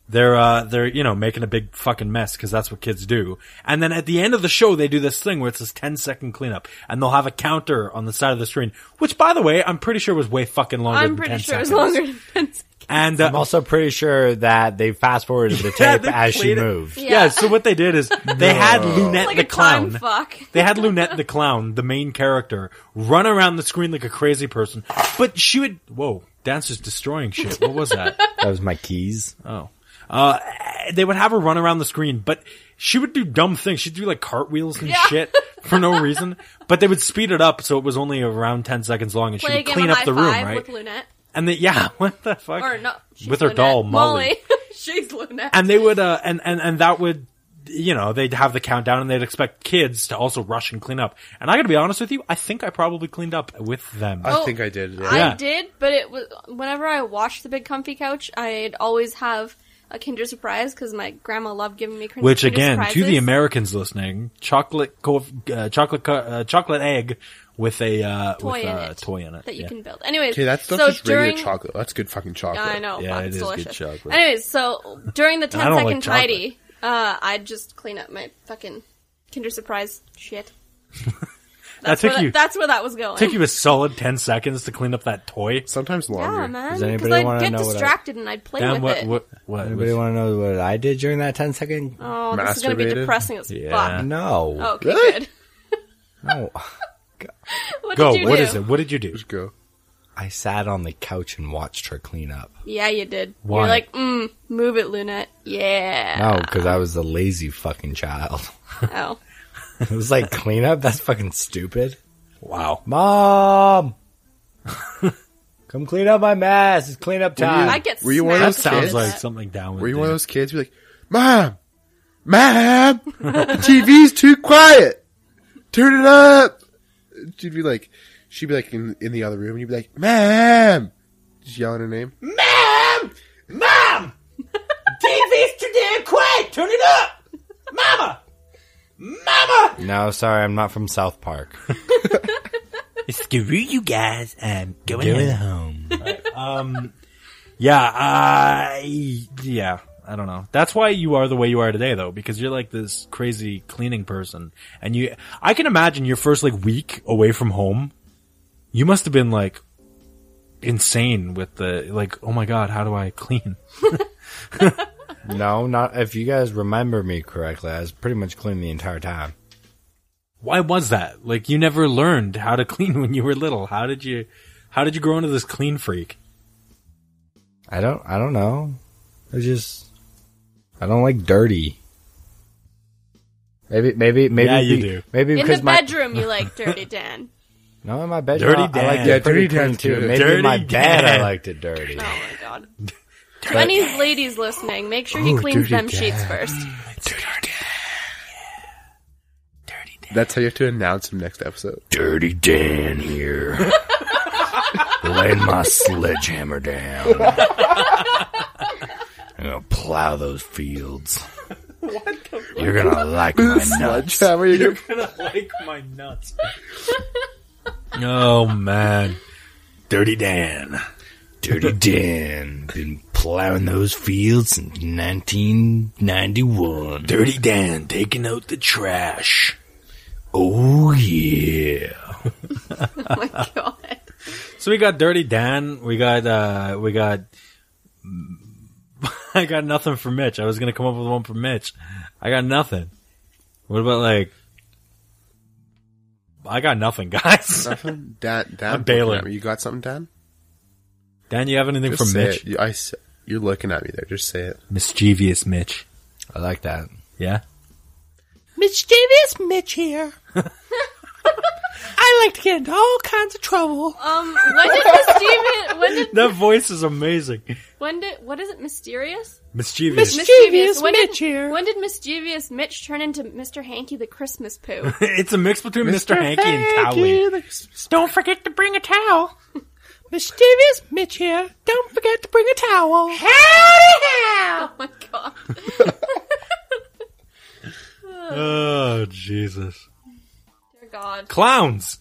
S2: They're uh they're you know making a big fucking mess because that's what kids do. And then at the end of the show they do this thing where it's this 10 second cleanup and they'll have a counter on the side of the screen, which by the way I'm pretty sure was way fucking longer.
S5: I'm
S2: than
S5: pretty
S2: 10
S5: sure it was
S2: seconds.
S5: longer than 10 seconds.
S2: And uh,
S1: I'm also pretty sure that they fast forwarded the
S2: Yeah,
S1: tape
S2: they
S1: as she
S2: played it.
S1: moved.
S2: Yeah. so what they did is they had Lunette
S5: Like
S2: the
S5: a
S2: clown.
S5: time fuck.
S2: They had Lunette the clown, the main character, run around the screen like a crazy person. But she would whoa, dancers destroying shit. What was that?
S1: That was my keys.
S2: Oh. Uh, they would have her run around the screen, but she would do dumb things. She'd do like cartwheels and
S5: Yeah.
S2: shit for no reason. But they would speed it up so it was only around 10 seconds long and she
S5: Play a
S2: would
S5: game
S2: clean
S5: of
S2: up
S5: high
S2: the room,
S5: five
S2: right?
S5: with Lunette.
S2: And they, yeah, what the fuck?
S5: Or no. she's
S2: With her
S5: Lunette.
S2: doll, Molly.
S5: she's Lunette.
S2: and they would uh and and and that would you know they'd have the countdown and they'd expect kids to also rush and clean up and i gotta be honest with you i think i probably cleaned up with them
S3: I
S5: Oh,
S3: think I did. Yeah.
S5: I
S2: Yeah.
S5: did, but it was whenever I watched the big comfy couch, I'd always have a Kinder Surprise because my grandma loved giving me Kinder
S2: which
S5: Kinder
S2: again to the
S5: Surprises.
S2: americans listening chocolate co- uh, chocolate co- uh, chocolate egg with a uh
S5: toy
S2: with
S5: in
S2: a
S5: it
S2: toy in it
S5: that you
S2: Yeah.
S5: can build. Anyways,
S3: Okay, that's not
S5: so
S3: just regular
S5: during,
S3: chocolate. That's good fucking chocolate.
S5: I know,
S2: Yeah,
S5: fuck,
S2: it
S5: it's
S2: is good
S5: delicious.
S2: chocolate.
S5: Anyways, so during the 10
S2: I don't
S5: second
S2: like chocolate.
S5: tidy, uh, I'd just clean up my fucking Kinder Surprise shit.
S2: That
S5: That's
S2: took
S5: where
S2: you-
S5: that, that's where that was going.
S2: Took you a solid ten seconds to clean up that toy.
S3: Sometimes longer.
S5: yeah, man.
S1: Does
S5: Because
S1: anybody wanna
S5: I'd get
S1: know what I-
S5: distracted and I'd play
S2: Damn,
S5: with
S2: what,
S5: it.
S2: what, what?
S1: Anybody
S2: was-
S1: want to know what I did during that 10 second?
S5: oh, this is gonna be
S3: Masturbated?
S5: depressing as
S2: Yeah.
S5: fuck.
S1: No.
S5: Okay,
S3: Really?
S5: good.
S1: No.
S5: What
S2: Go.
S5: did you
S2: What
S5: do?
S2: is it? What did you do?
S3: Just go.
S1: I sat on the couch and watched her clean up.
S5: Yeah, you did.
S2: Why?
S5: You're like, mm, move it, Lunette. Yeah.
S1: No, because I was a lazy fucking child.
S5: Oh.
S1: It was like cleanup. That's fucking stupid.
S2: Wow.
S1: Mom, come clean up my mess. It's clean up time.
S5: I get
S3: Were you one of
S5: snapped at
S3: those
S2: Sounds
S3: Kids?
S2: like something down.
S3: Were you one of those kids who be like, Mom, Mom, TV's too quiet. Turn it up. She'd be like, she'd be like in, in the other room and you'd be like, Mom. Just yelling her name.
S6: Mom! Mom! TV's too damn quiet! Turn it up! Mama! Mama!
S1: no, sorry, I'm not from South Park.
S6: Screw you guys, I'm going
S1: Doing
S6: home.
S1: home.
S2: Yeah, I yeah, I don't know. That's why you are the way you are today though because you're like this crazy cleaning person and you I can imagine your first like week away from home. You must have been like insane with the like oh my god, how do I clean?
S1: No, not if you guys remember me correctly. I was pretty much clean the entire time.
S2: Why was that? Like you never learned how to clean when you were little. How did you how did you grow into this clean freak?
S1: I don't. I don't know. I just. I don't like dirty. Maybe, maybe, maybe.
S2: Yeah, you
S1: be-
S2: do.
S1: Maybe
S5: In
S1: because
S5: the
S1: my
S5: bedroom, you like Dirty Dan.
S1: no, in my bedroom,
S2: Dirty
S1: I, I like
S2: Dan.
S1: it
S2: Yeah,
S1: pretty
S3: dirty
S1: clean
S3: Dan's
S1: too.
S3: good.
S1: Maybe in
S2: Dirty
S1: my bed, I
S2: Dan.
S1: liked it dirty.
S5: Oh my god. To any ladies listening, make sure he cleans them sheets first.
S3: That's how you have to announce him next episode.
S1: Dirty Dan here. Laying my sledgehammer down. I'm gonna plow those fields. You're gonna like my nuts.
S3: Sledgehammer, you go-
S2: gonna like my nuts. oh man. Dirty Dan.
S1: Dirty Dan. Been plowing those fields since 1991.
S2: Dirty Dan taking out the trash.
S1: Oh yeah.
S5: Oh my god.
S2: So we got Dirty Dan. We got uh we got. I got nothing for Mitch. I was gonna come up with one for Mitch. I got nothing. What about like? I got nothing, guys.
S3: Nothing? Dan, Dan,
S2: I'm bailing.
S3: looking at me. You got something, Dan?
S2: Dan, you have anything
S3: Just
S2: for
S3: say
S2: Mitch?
S3: it. You, I, s- you're looking at me there. Just say it.
S2: Mischievous Mitch.
S1: I like that.
S2: Yeah.
S6: Mischievous Mitch here. I like to get into all kinds of trouble.
S5: Um, when did mysterious? When did
S2: That voice is amazing.
S5: when did what is it? Mysterious?
S2: Mischievous.
S6: Mischievous
S5: When
S6: Mitch
S5: did,
S6: here.
S5: When did mischievous Mitch turn into Mr. Hanky the Christmas poo?
S2: it's a mix between Mr. Hanky and Towley.
S6: Hanky. Don't forget to bring a towel. Mischievous Mitch here. Don't forget to bring a towel. Howdy how.
S5: oh my god.
S2: Oh Jesus!
S5: Dear God.
S2: Clowns.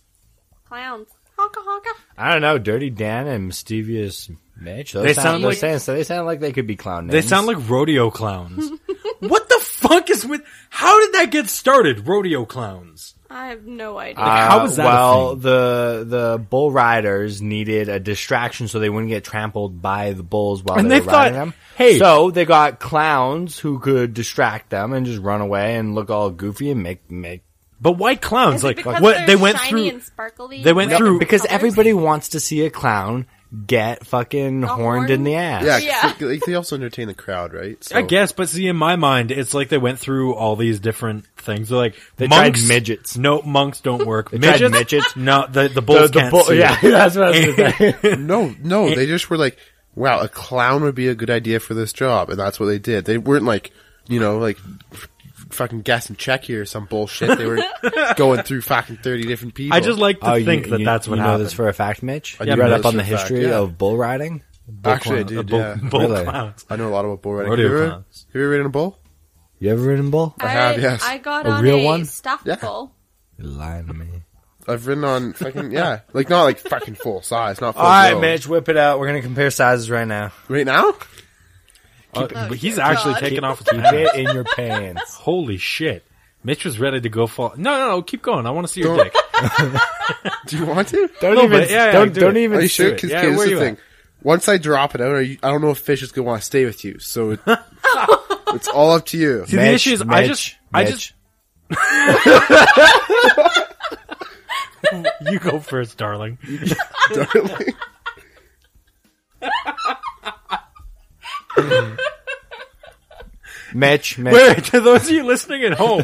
S5: Clowns. Honka honka.
S1: I don't know. Dirty Dan and mischievous Mitch. Those
S2: They
S1: sound,
S2: sound
S1: those
S2: like-
S1: sound- so they sound like they could be clown names.
S2: They sound like rodeo clowns. what the fuck is with? How did that get started? Rodeo clowns.
S5: I have no idea.
S2: Like, how is that a
S1: Uh, well,
S2: thing?
S1: the the bull riders needed a distraction so they wouldn't get trampled by the bulls while
S2: And
S1: they,
S2: they
S1: were riding
S2: thought,
S1: them.
S2: hey-
S1: so they got clowns who could distract them and just run away and look all goofy and make make
S2: But why clowns?
S5: Is it
S2: Like
S5: because
S2: what
S5: they're
S2: they went
S5: shiny
S2: through.
S5: and sparkly
S2: they went
S5: and
S2: through-
S1: because
S5: colours?
S1: everybody wants to see a clown get fucking horned
S5: horn?
S1: in the ass.
S3: Yeah, 'cause
S5: Yeah.
S3: They, like, they also entertain the crowd, right? So,
S2: I guess, but see, in my mind, it's like they went through all these different things. They're like
S1: They tried
S2: monks,
S1: midgets.
S2: No, monks don't work.
S1: tried
S2: midgets,
S1: midgets.
S2: No, the the bulls
S1: The, the
S2: can't
S1: bull,
S2: see.
S1: yeah, that's what I was gonna say.
S3: No, no, they just were like, wow, a clown would be a good idea for this job, and that's what they did. They weren't like, you know, like f- fucking guessing check here or some bullshit. They were going through fucking thirty different people.
S2: I just like to
S1: Oh, you-
S2: think that
S1: you-
S2: that's what
S1: you know
S2: happened.
S1: this for a fact, Mitch.
S3: do
S1: you read
S3: know
S1: up
S3: this
S1: on
S3: for
S1: the
S3: a fact,
S1: history
S3: yeah.
S1: of bull riding.
S3: actually,
S2: clown- the
S3: I did.
S2: bull,
S3: yeah.
S2: bull
S1: Really?
S2: clowns.
S3: I know a lot about bull riding.
S2: Rodeo
S3: have, you ever,
S2: clowns.
S3: have you ever ridden a bull?
S1: You ever ridden bull?
S5: I,
S3: have, yes.
S5: I got
S1: A
S5: on
S1: real
S5: a
S1: one?
S5: stuffed
S3: Yeah.
S5: bull.
S1: You're lying to me.
S3: I've ridden on fucking yeah, like not like fucking full size, not full.
S1: All right,
S3: blown.
S1: Mitch, whip it out. We're gonna compare sizes right now.
S3: Right now,
S2: Uh, but he's actually
S5: God.
S2: taking off with
S1: Keep
S2: the
S1: it in your pants.
S2: Holy shit! Mitch was ready to go fall. No, no, no. Keep going. I want to see your
S3: Don't-
S2: dick.
S3: Do you want to?
S1: Don't
S2: No,
S1: even,
S2: but- yeah, yeah,
S1: don't,
S2: do
S1: don't
S2: it.
S1: even.
S3: Are you sure?
S1: do it.
S3: 'Cause,
S2: Yeah,
S3: okay, this
S2: where
S3: is the
S2: you
S3: thing. Once I drop it out, are you, I don't know if fish is going to want to stay with you. So it, it's all up to you.
S2: See, the issue is I just, I just. You go first, darling.
S3: Darling.
S1: Mitch, Mitch.
S2: Wait, to those of you listening at home,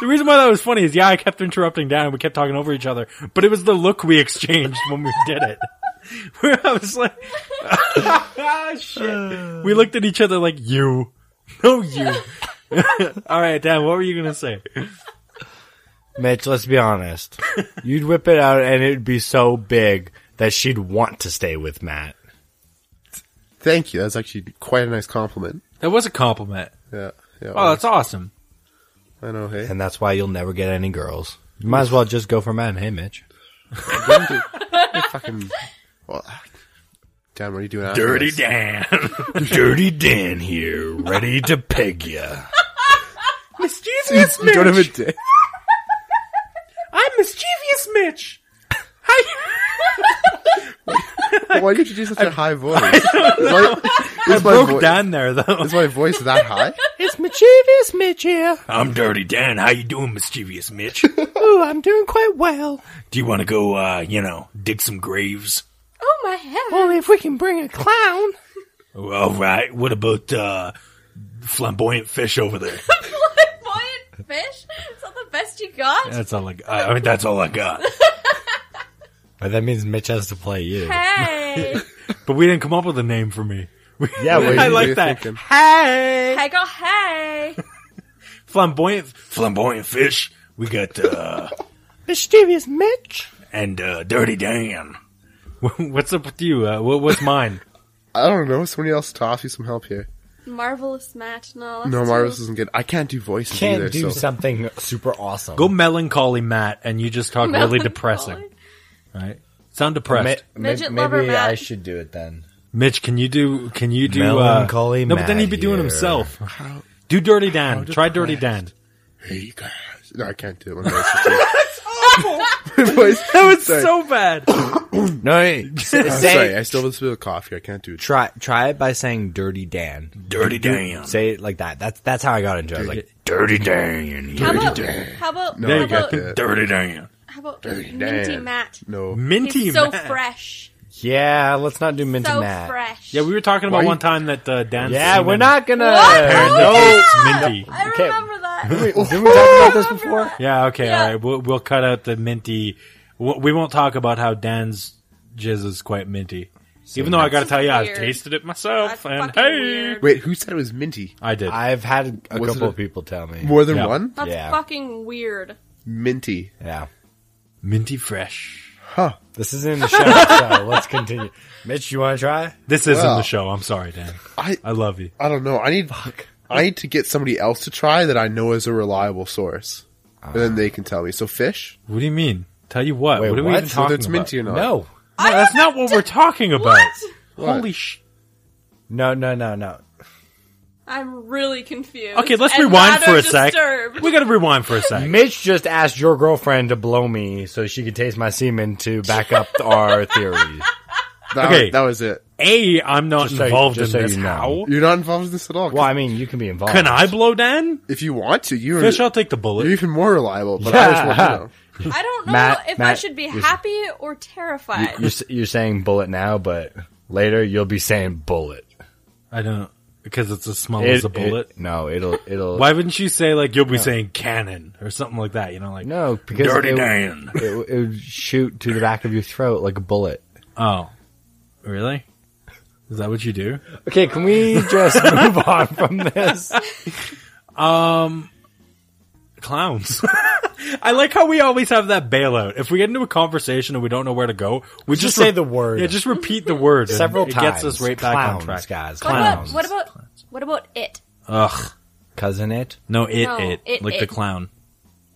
S2: the reason why that was funny is, yeah, I kept interrupting Dan and we kept talking over each other, but it was the look we exchanged when we did it. Where I was like, ah, shit. We looked at each other like, you. No, you. All right, Dan, what were you going to say?
S1: Mitch, let's be honest. You'd whip it out and it'd be so big that she'd want to stay with Matt.
S3: Thank you. That's actually quite a nice compliment.
S2: That was a compliment.
S3: Yeah. Yeah.
S2: Oh, that's awesome.
S3: I know. Hey.
S1: And that's why you'll never get any girls. You might as well just go for men. Hey, Mitch.
S3: You fucking. Well, Dan, what are you doing? after this?
S2: Dan.
S1: Dirty Dan here, ready to peg ya.
S6: Mischievous
S3: You don't have a
S6: Mitch.
S3: dick.
S6: I'm mischievous Mitch.
S3: Why did you do such a high voice? Is my, is my
S2: Broke
S3: vo-
S2: Dan there, though.
S3: Is my voice that high?
S6: It's mischievous Mitch here.
S2: I'm Dirty Dan. How you doing, mischievous Mitch?
S6: Ooh, I'm doing quite well.
S2: Do you want to go, uh, you know, dig some graves?
S5: Oh my heaven!
S6: Only if we can bring a clown.
S2: All right. What about uh, flamboyant fish over there?
S5: Flamboyant fish? Is that the best you got?
S2: That's all I got. I mean, that's all I got.
S1: But that means Mitch has to play you.
S5: Hey!
S2: But we didn't come up with a name for me.
S1: Yeah,
S3: What
S1: we-
S3: are
S2: I
S3: you- what are
S2: like
S3: you
S2: that.
S3: thinking?
S6: Hey.
S5: I go, hey!
S2: Flamboyant, flamboyant fish. We got uh,
S6: Mischievous Mitch.
S2: and uh, dirty Dan. What's up with you? Uh, what, what's mine?
S3: I don't know. Somebody else toss you some help here.
S5: Marvelous Matt. No, that's
S3: No,
S5: too-
S3: Marvelous isn't good. I can't do voices
S1: Can't
S3: either.
S1: do
S3: so.
S1: something super awesome.
S2: Go melancholy, Matt, and you just talk really
S5: Melancholy.
S2: depressing. Right? Sound depressed.
S5: Midget lover
S1: maybe I
S5: Matt.
S1: should do it then.
S2: Mitch, can you do? Can you do?
S1: Melancholy
S2: uh, no, but then he'd be
S1: Matt
S2: doing
S1: here.
S2: himself. Do dirty Dan. Try dirty Dan.
S3: Hey you guys. No, I can't do it. My voice is too- My voice-
S2: That was
S3: Sorry.
S2: so bad.
S1: No, hey, say,
S3: I'm sorry. I still have a little bit of cough here. I can't do it.
S1: try try it by saying "Dirty Dan."
S2: Dirty Dan.
S1: Say it like that. That's that's how I got into it. I was like "Dirty Dan."
S5: How about, how about,
S3: No,
S5: how
S3: I
S5: about,
S3: got that.
S2: Dirty Dan.
S5: how about
S3: Dirty
S5: Minty
S3: Dan.
S5: Matt?
S3: No.
S2: Minty
S5: He's so
S2: Matt.
S5: fresh.
S1: Yeah, let's not do Minty
S5: so
S1: Matt.
S5: fresh.
S2: Yeah, we were talking about
S3: Why-
S2: one time that uh, Dan.
S1: Yeah, we're not gonna.
S5: What? Oh,
S1: No,
S2: It's minty.
S5: I
S1: Okay.
S5: remember that.
S1: didn't we talk about this before?
S2: Yeah. Okay.
S5: Yeah.
S2: All right. We'll, we'll cut out the minty. w- We won't talk about how Dan's jizz is quite minty. Even though I got to
S5: That's
S2: tell you, I've
S5: weird.
S2: tasted it myself,
S5: That's
S2: and
S5: fucking
S2: hey,
S5: weird.
S3: Wait, who said it was minty?
S2: I did.
S1: I've had a
S3: Was it
S1: couple
S3: a-
S1: of people tell me.
S3: More than
S2: Yeah.
S3: one?
S5: That's
S1: Yeah.
S5: fucking weird.
S3: Minty.
S1: Yeah,
S2: minty fresh.
S3: Huh.
S1: this isn't in the show. so let's continue. Mitch, you want to try?
S2: This isn't
S3: Well.
S2: the show. I'm sorry, Dan.
S3: I
S2: I love you.
S3: I don't know. I need I need to get somebody else to try that I know is a reliable source. and then they can tell me. So fish?
S2: What do you mean? Tell you what?
S1: Wait,
S2: what are we
S1: what?
S2: even
S1: So
S2: talking
S3: it's
S2: about?
S3: minty or not?
S1: No,
S2: No, that's not what we're talking about.
S5: What?
S2: Holy sh!
S1: no, no, no, no.
S5: I'm really confused.
S2: Okay, let's
S5: and
S2: rewind
S5: rather
S2: for a sec.
S5: disturbed.
S2: We got to rewind for a sec.
S1: Mitch just asked your girlfriend to blow me so she could taste my semen to back up our theory.
S3: That,
S2: Okay.
S3: that was it.
S2: A, I'm not
S1: Just so-
S2: involved
S1: just
S2: in
S1: so
S2: this.
S1: you know.
S2: How?
S3: You're not involved in this at all. 'cause
S1: Well, I mean, you can be involved.
S2: Can I blow Dan?
S3: if you want to, you're,
S2: Fish, I'll take the bullet.
S3: you're even more reliable. But I just want
S1: Yeah.
S3: to know.
S5: I don't know
S1: Matt-
S5: if I
S1: Matt,
S5: should be
S1: you're-
S5: happy or terrified.
S1: You're, s- you're saying bullet now, but later you'll be saying bullet.
S2: I don't because it's as small
S1: It-
S2: as Oh, a bullet.
S1: it- no, it'll it'll.
S2: Why wouldn't you say like you'll be saying cannon or something like that? You know, like
S1: No, because
S2: Dirty
S1: it,
S2: Dan.
S1: It, it would shoot to the back of your throat like a bullet.
S2: Oh, really? Is that what you do?
S1: Okay, can we just move on from this?
S2: Clowns. I like how we always have that bailout. If we get into a conversation and we don't know where to go, we just,
S1: say
S2: re-
S1: the word.
S2: Yeah, just repeat the word. and
S1: Several
S2: it
S1: times.
S2: gets us right back
S1: clowns,
S2: on track.
S1: guys.
S5: what about
S1: Clowns.
S5: what about what about it?
S2: Ugh.
S1: cousin? It
S2: No, it,
S5: No,
S2: it,
S5: it,
S2: like
S5: it.
S2: the clown.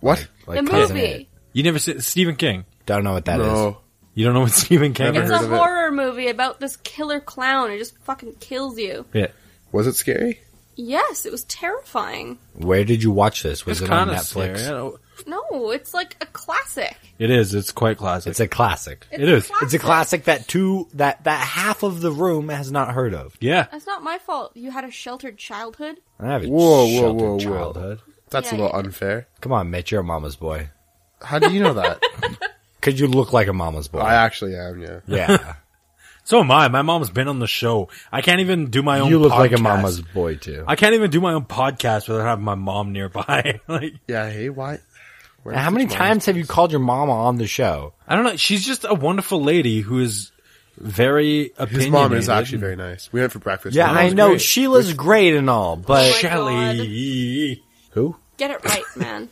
S3: What?
S1: like
S5: the
S1: cousin
S5: movie.
S1: it.
S2: You never see Stephen King.
S1: Don't know what that is.
S3: No.
S2: You don't know what Stephen King is.
S5: It's
S3: Never
S5: a
S3: heard of it.
S5: horror movie about this killer clown who just fucking kills you.
S2: Yeah.
S3: Was it scary?
S5: Yes, it was terrifying.
S1: Where did you watch this? Was
S2: It's
S1: it on
S2: kind of
S1: Netflix?
S2: scary. I don't-
S5: No, it's like a classic.
S2: It is. It's quite classic.
S1: It's a classic.
S5: It's
S2: It
S5: a
S2: is. It's a
S1: It's a classic that two that that half of the room has not heard of.
S2: yeah.
S5: That's not my fault. You had a sheltered childhood.
S1: I have a
S3: Whoa, whoa,
S1: sheltered
S3: whoa, whoa.
S1: childhood.
S3: That's
S5: Yeah,
S3: a little
S5: you-
S3: unfair.
S1: Come on, Mitch, you're a mama's boy.
S3: How do you know that?
S1: Cause you look like a mama's boy.
S3: I actually am. Yeah.
S1: yeah,
S2: So am I. My mom's been on the show. I can't even do my own.
S1: you look like a
S2: podcast.
S1: mama's boy too.
S2: I can't even do my own podcast without having my mom nearby. like
S3: Yeah. Hey, why? where
S1: How
S3: did
S1: many
S3: you-
S1: times have you called your mama on the show?
S2: I don't know. She's just a wonderful lady who is very
S3: His
S2: opinionated.
S3: mom is actually very nice. We went for breakfast.
S1: Yeah,
S3: Her mom
S1: I
S3: was
S1: know
S3: great.
S1: Sheila's great and all, but
S5: Oh my
S2: Shelly.
S1: who?
S5: Get it right, man.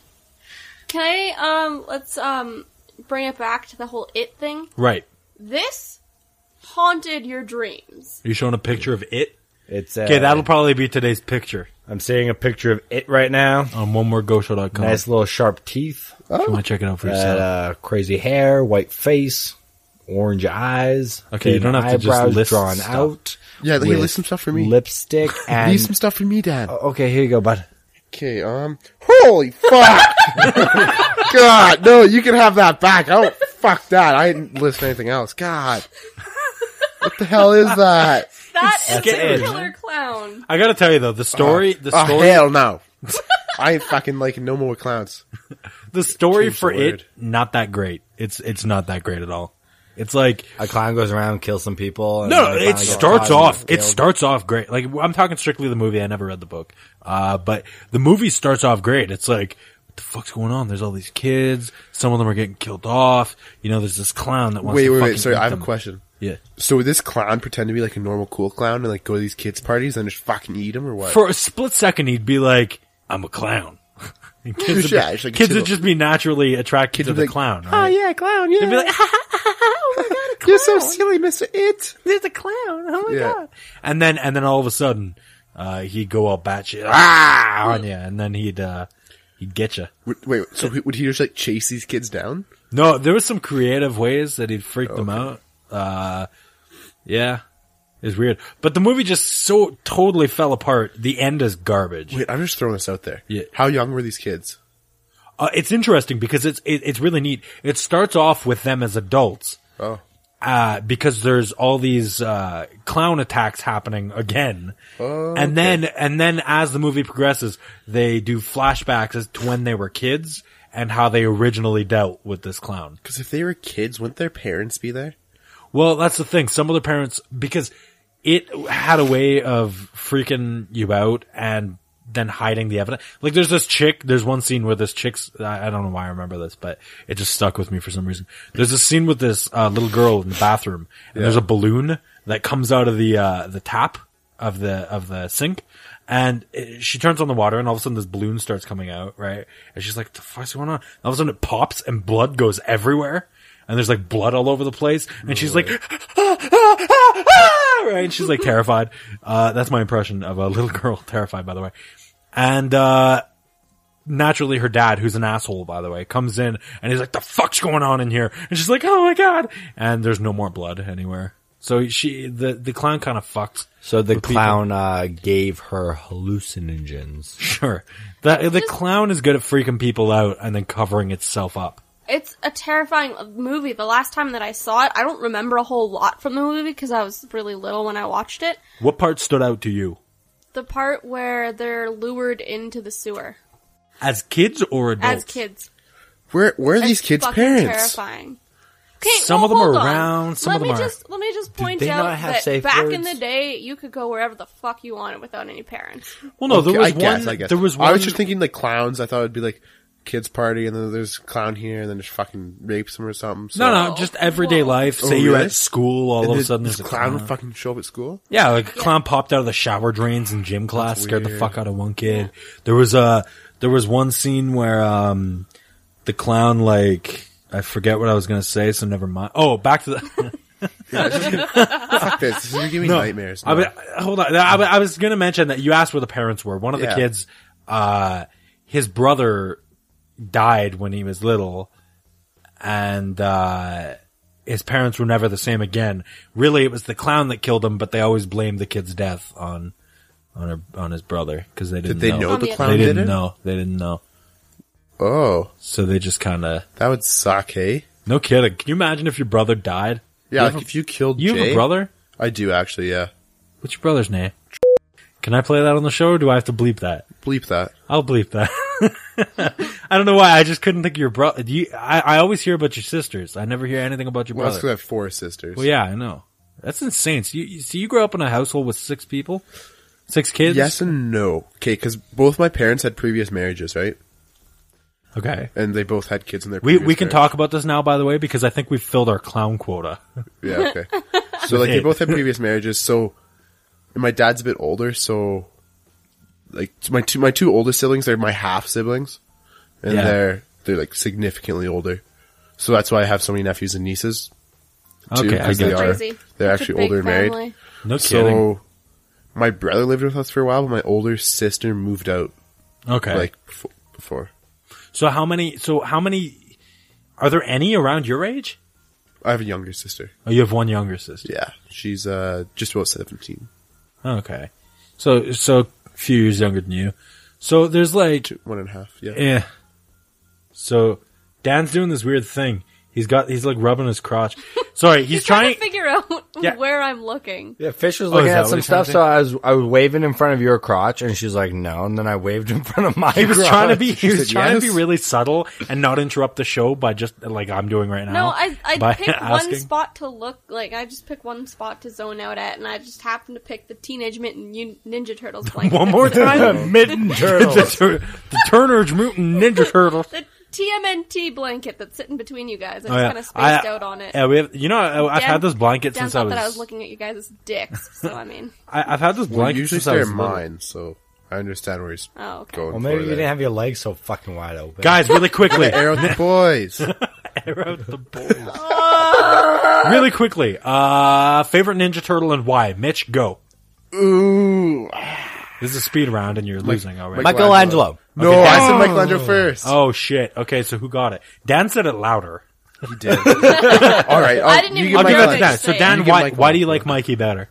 S5: Can I um let's um bring it back to the whole it thing?
S2: Right.
S5: This haunted your dreams.
S2: Are you showing a picture of it?
S1: It's uh,
S2: Okay, that'll probably be today's picture
S1: I'm seeing a picture of it right now.
S2: on onemoreGoShow.com.
S1: Nice little sharp teeth,
S2: If you want to check it out for
S1: that,
S2: yourself.
S1: uh, crazy hair, white face, orange eyes.
S2: Okay, you
S1: thin
S2: don't have to just
S1: eyebrows
S2: list
S1: drawn
S2: stuff.
S1: out.
S3: Yeah, hey,
S1: with
S3: list some stuff for me.
S1: Lipstick and
S3: Leave some stuff for me, Dad.
S1: okay, here you go, bud.
S3: Okay, um, holy fuck! God, no, you can have that back. Oh, fuck that. I didn't list anything else. God. What the hell is that?
S5: That is
S2: scary,
S5: a
S2: man.
S5: killer clown.
S2: I gotta tell you though, the story, the
S3: Oh,
S2: story,
S3: hell no. I ain't fucking liking no more clowns.
S2: the story
S3: Change the
S2: for
S3: word.
S2: it, not that great. It's it's not that great at all. It's like
S1: A clown goes around, kills some people. and
S2: No,
S1: then
S2: no,
S1: they
S2: it
S1: finally get
S2: starts
S1: caught and
S2: off. It
S1: killed.
S2: starts off great. Like I'm talking strictly the movie. I never read the book, uh, but the movie starts off great. It's like what the fuck's going on? There's all these kids. Some of them are getting killed off. You know, there's this clown that wants.
S3: Wait,
S2: to
S3: wait,
S2: fucking
S3: wait. Sorry,
S2: eat
S3: I have
S2: them.
S3: a question.
S2: Yeah.
S3: So would this clown pretend to be like a normal cool clown and like go to these kids' parties and just fucking eat them or what?
S2: For a split second, he'd be like, "I'm a clown." And kids,
S3: Yeah,
S2: would,
S3: it's like a
S2: kids would
S3: chill.
S2: just be naturally attracted
S3: Kids
S2: to
S3: would
S2: the
S3: be like,
S2: clown. Right?
S6: Oh, yeah, clown. Yeah,
S2: They'd be like,
S3: You're so silly, Mr. It.
S6: there's a clown. Oh my
S3: Yeah.
S6: god.
S2: and then and then all of a sudden, uh, he'd go all batshit ah on you, and then he'd uh, he'd get you.
S3: Wait, wait, so he- would he just like chase these kids down?
S2: No, there was some creative ways that he'd freak them out. Uh, yeah, it's weird. But the movie just so totally fell apart. The end is garbage.
S3: Wait, I'm just throwing this out there.
S2: Yeah.
S3: How young were these kids?
S2: Uh, it's interesting because it's it, it's really neat. It starts off with them as adults.
S3: Oh.
S2: Uh, because there's all these uh, clown attacks happening again, and then and then as the movie progresses, they do flashbacks as to when they were kids and how they originally dealt with this clown.
S3: Because if they were kids, wouldn't their parents be there?
S2: Well, that's the thing. Some of the parents, because it had a way of freaking you out and then hiding the evidence. Like there's this chick, there's one scene where this chick's, I I don't know why I remember this, but it just stuck with me for some reason. There's this scene with this uh, little girl in the bathroom and there's a balloon that comes out of the, uh, the tap of the, of the sink. And it, she turns on the water and all of a sudden this balloon starts coming out, right? And she's like, the fuck's going on? And all of a sudden it pops and blood goes everywhere and there's like blood all over the place, and she's like, "Ah, ah, ah, ah," right? And she's like terrified. Uh, that's my impression of a little girl terrified, by the way. And uh, naturally, her dad, who's an asshole, by the way, comes in and he's like, "The fuck's going on in here?" And she's like, "Oh my god!" And there's no more blood anywhere. So she, the the clown, kind of fucked.
S1: So the
S2: with people.
S1: clown uh, gave her hallucinogens.
S2: Sure, the the clown is good at freaking people out and then covering itself up.
S5: It's a terrifying movie. The last time that I saw it, I don't remember a whole lot from the movie because I was really little when I watched it.
S2: What part stood out to you
S5: The part where they're lured into the sewer
S2: as kids or adults?
S5: as kids.
S3: Where where are these
S5: It's
S3: kids'
S5: fucking
S3: parents?
S5: Terrifying. Okay,
S2: Some
S5: well,
S2: of them are
S5: hold on.
S2: round, some
S5: let
S2: of them
S5: me
S2: aren't.
S5: just let me just point
S1: they
S5: out
S1: not have
S5: that
S1: safe
S5: back in
S1: words?
S5: the day, you could go wherever the fuck you wanted without any parents.
S2: Well, no, there
S3: Okay,
S2: was
S3: I
S2: one.
S3: guess, I guess.
S2: There was one.
S3: I was just thinking like clowns. I thought it'd be like kids' party, and then there's a clown here, and then just fucking rapes them or something. So.
S2: No, no, just everyday
S5: Whoa.
S2: life.
S3: Oh,
S2: Say you're
S3: really?
S2: at school, all
S3: And
S2: of a
S3: this-
S2: sudden
S3: this
S2: there's a
S3: clown
S2: clown.
S3: would fucking show up at school.
S2: yeah, like a clown popped out of the shower drains in gym class, scared the
S3: weird.
S2: fuck out of one kid. There was a there was one scene where um the clown like I forget what I was gonna say, so never mind. Oh, back to the.
S3: Fuck this. This is giving me nightmares.
S2: I, would- hold on. I, would- I was going to mention that you asked where the parents were. One of
S3: Yeah.
S2: the kids, uh, his brother died when he was little, and uh, his parents were never the same again. Really, it was the clown that killed him, but they always blamed the kid's death on on her on his brother because they didn't
S3: Did they
S2: know.
S3: know
S5: On
S3: the
S5: the
S3: clown
S2: they
S3: did
S2: didn't
S3: it?
S2: know. They didn't know.
S3: Oh,
S2: So they just kind of
S3: that would suck, hey?
S2: no kidding. Can you imagine if your brother died?
S3: Yeah,
S2: You
S3: like
S2: have a-
S3: if you killed
S2: You have
S3: Jay-
S2: a brother.
S3: I do actually. Yeah,
S2: What's your brother's name? Can I play that on the show, or do I have to bleep that?
S3: bleep that.
S2: I'll bleep that. I don't know why. I just couldn't think of your brother. You, I, I always hear about your sisters. I never hear anything about your
S3: Well, that's because I
S2: brother.
S3: have four sisters.
S2: Well, yeah, I know. That's insane. So you, you, so you grew up in a household with six people, six kids.
S3: Yes and no. Okay, because both my parents had previous marriages, right?
S2: Okay.
S3: And they both had kids in their.
S2: We
S3: previous
S2: we can
S3: marriage.
S2: talk about this now, by the way, because I think we've filled our clown quota.
S3: Yeah. Okay. so like they
S2: it.
S3: both had previous marriages. So, and my dad's a bit older. So, like my two my two oldest siblings are my half siblings, and
S2: Yeah.
S3: they're they're like significantly older. So that's why I have so many nephews and nieces. Too,
S2: Okay, I
S3: 'cause they
S2: get
S3: are.
S2: you.
S5: Crazy.
S3: They're
S5: Such a
S3: actually
S5: big
S3: older and married.
S5: family.
S2: No kidding.
S3: So, my brother lived with us for a while, but my older sister moved out
S2: Okay.
S3: like f- before.
S2: so how many? So how many? Are there any around your age?
S3: I have a younger sister.
S2: Oh, you have one younger sister.
S3: Yeah, she's uh just about seventeen.
S2: Okay. So so a few years younger than you. So there's like
S3: One and a half. Yeah.
S2: Yeah. Eh. So Dan's doing this weird thing. He's got he's like rubbing his crotch. Sorry, he's,
S5: He's
S2: trying.
S5: trying to figure out
S2: Yeah.
S5: where I'm looking.
S1: Yeah, Fish was
S2: Oh, is
S1: looking
S2: that
S1: at
S2: what
S1: some
S2: he's trying
S1: stuff,
S2: to
S1: so I was I was waving in front of your crotch, and she's like, "No," and then I waved in front of my.
S2: he was
S1: crotch.
S2: trying to be he
S3: She
S2: was
S3: said
S2: trying to
S3: yes.
S2: be really subtle and not interrupt the show by just like I'm doing right now.
S5: No, I I
S2: by
S5: pick one
S2: asking.
S5: spot to look like I just pick one spot to zone out at, and I just happen to pick the Teenage Mutant Nin- Ninja Turtles blanket.
S2: one more time.
S1: Midden
S2: the,
S1: turtles.
S2: tur- the Turner Mutant Ninja Turtle.
S5: The TMNT blanket that's sitting between you guys. I just
S2: Oh, yeah.
S5: kind of spaced
S2: I-
S5: out on it.
S2: Yeah, we have. You know, I, I've
S5: Dan-
S2: had this blanket
S5: Dan
S2: since
S5: thought
S2: I was.
S5: that I was looking at you guys' dicks. So I mean,
S2: I, have had this
S3: Well,
S2: blanket
S3: usually
S2: since I
S3: stare
S2: was
S3: at
S2: little.
S3: mine, so I understand where he's
S5: oh okay.
S3: going.
S1: Well, maybe
S3: for
S1: you
S3: there.
S1: didn't have your legs so fucking wide open.
S2: Guys, really quickly.
S3: arrow the boys.
S2: Arrow the boys. really quickly. Uh, favorite Ninja Turtle and why? Mitch, go.
S3: Ooh,
S2: This is a speed round and you're losing already.
S3: Mike-
S1: Michelangelo.
S3: no,
S2: Okay,
S3: I
S2: Dan-
S3: said Michelangelo first.
S2: oh shit. Okay, so who got it? Dan said it louder.
S3: He did. All right, I'll,
S5: didn't
S3: you
S5: even
S3: get
S2: I'll give it to
S5: Michelangelo.
S2: Dan. So
S3: You
S2: Dan,
S3: get
S2: why,
S3: Michelangelo.
S2: why do you like Mikey better?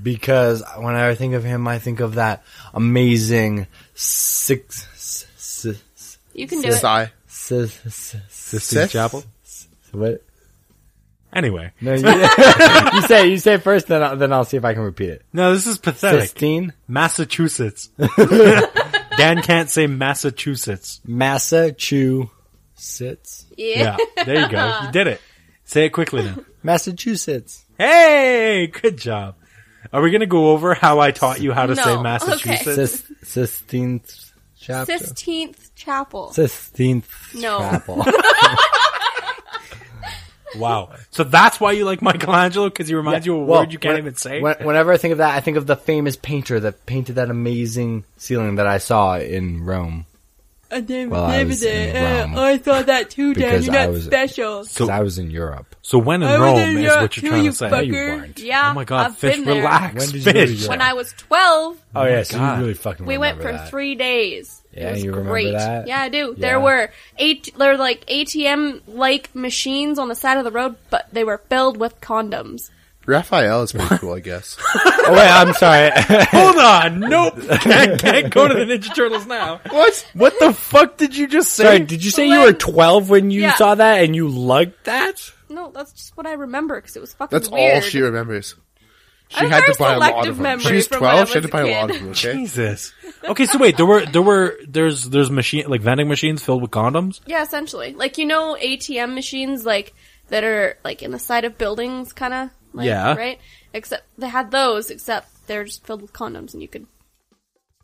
S1: because when I think of him, I think of that amazing six. s- s- s-
S5: You can do
S3: Michelangelo.
S5: it.
S3: Sigh.
S1: s- s- s-
S3: Sith?
S2: Chapel?
S1: What?
S2: Anyway.
S1: No, you, you say you say it first, then I'll, then I'll see if I can repeat it.
S2: No, this is pathetic.
S1: Sixteen,
S2: Massachusetts. Dan can't say Massachusetts.
S1: Massachusetts,
S5: Yeah.
S2: Yeah. There you go. You did it. Say it quickly now.
S1: Massachusetts.
S2: Hey, good job. Are we gonna go over how I taught you how to
S5: No.
S2: say
S5: Okay.
S2: Massachusetts?
S1: Sis- Sistine chapter.
S5: Sistine Chapel.
S1: Sistine
S5: No.
S1: chapel.
S2: Wow. So that's why you like Michelangelo because he reminds you of a
S1: Well,
S2: word you can't
S1: when-
S2: even say.
S1: when- whenever I think of that, I think of the famous painter that painted that amazing ceiling that I saw in Rome.
S5: I didn't
S1: Well, I was in Rome.
S5: uh, I saw that too,
S1: Because I was-
S5: special.
S1: Because I was in Europe.
S2: so when in
S5: I was
S2: Rome
S5: in
S2: is
S5: Europe
S2: what you're
S5: too,
S2: trying
S5: you
S2: to say.
S5: No, you fucker. weren't. Yeah,
S2: Oh my god,
S5: I've
S2: fish,
S5: been there.
S2: relax.
S1: When did you go to
S2: fish.
S1: Europe?
S5: When I was 12,
S1: Oh, yeah, so
S2: God.
S1: you really fucking
S5: we went for
S1: remember that.
S5: three days.
S1: Yeah,
S5: it was
S1: you remember
S5: great.
S1: that?
S5: Yeah, I do.
S1: Yeah.
S5: There were eight, there were like ATM like machines on the side of the road, but they were filled with condoms.
S3: Raphael is pretty cool, I guess.
S1: Oh, wait, I'm sorry.
S2: Hold on. Nope. Can't, can't go to the Ninja Turtles now.
S1: what? What the fuck did you just say? did you say you were
S5: When-
S1: 12 when you
S5: Yeah.
S1: saw that and you liked that?
S5: No, that's just what I remember because it was fucking
S3: That's
S5: weird.
S3: all she remembers. She
S5: I
S3: had to
S5: remember
S3: buy a lot
S5: selective
S3: of them.
S5: memory
S3: She was
S5: from when I
S3: twelve. She had to
S5: was
S3: buy
S5: a
S3: a lot
S5: kid.
S3: of them. Okay.
S2: Jesus. Okay, so wait, there were there were there's there's machine like vending machines filled with condoms.
S5: Yeah, essentially. Like you know ATM machines like that are like in the side of buildings kind of like,
S2: Yeah.
S5: right? Except they had those except they're just filled with condoms and you could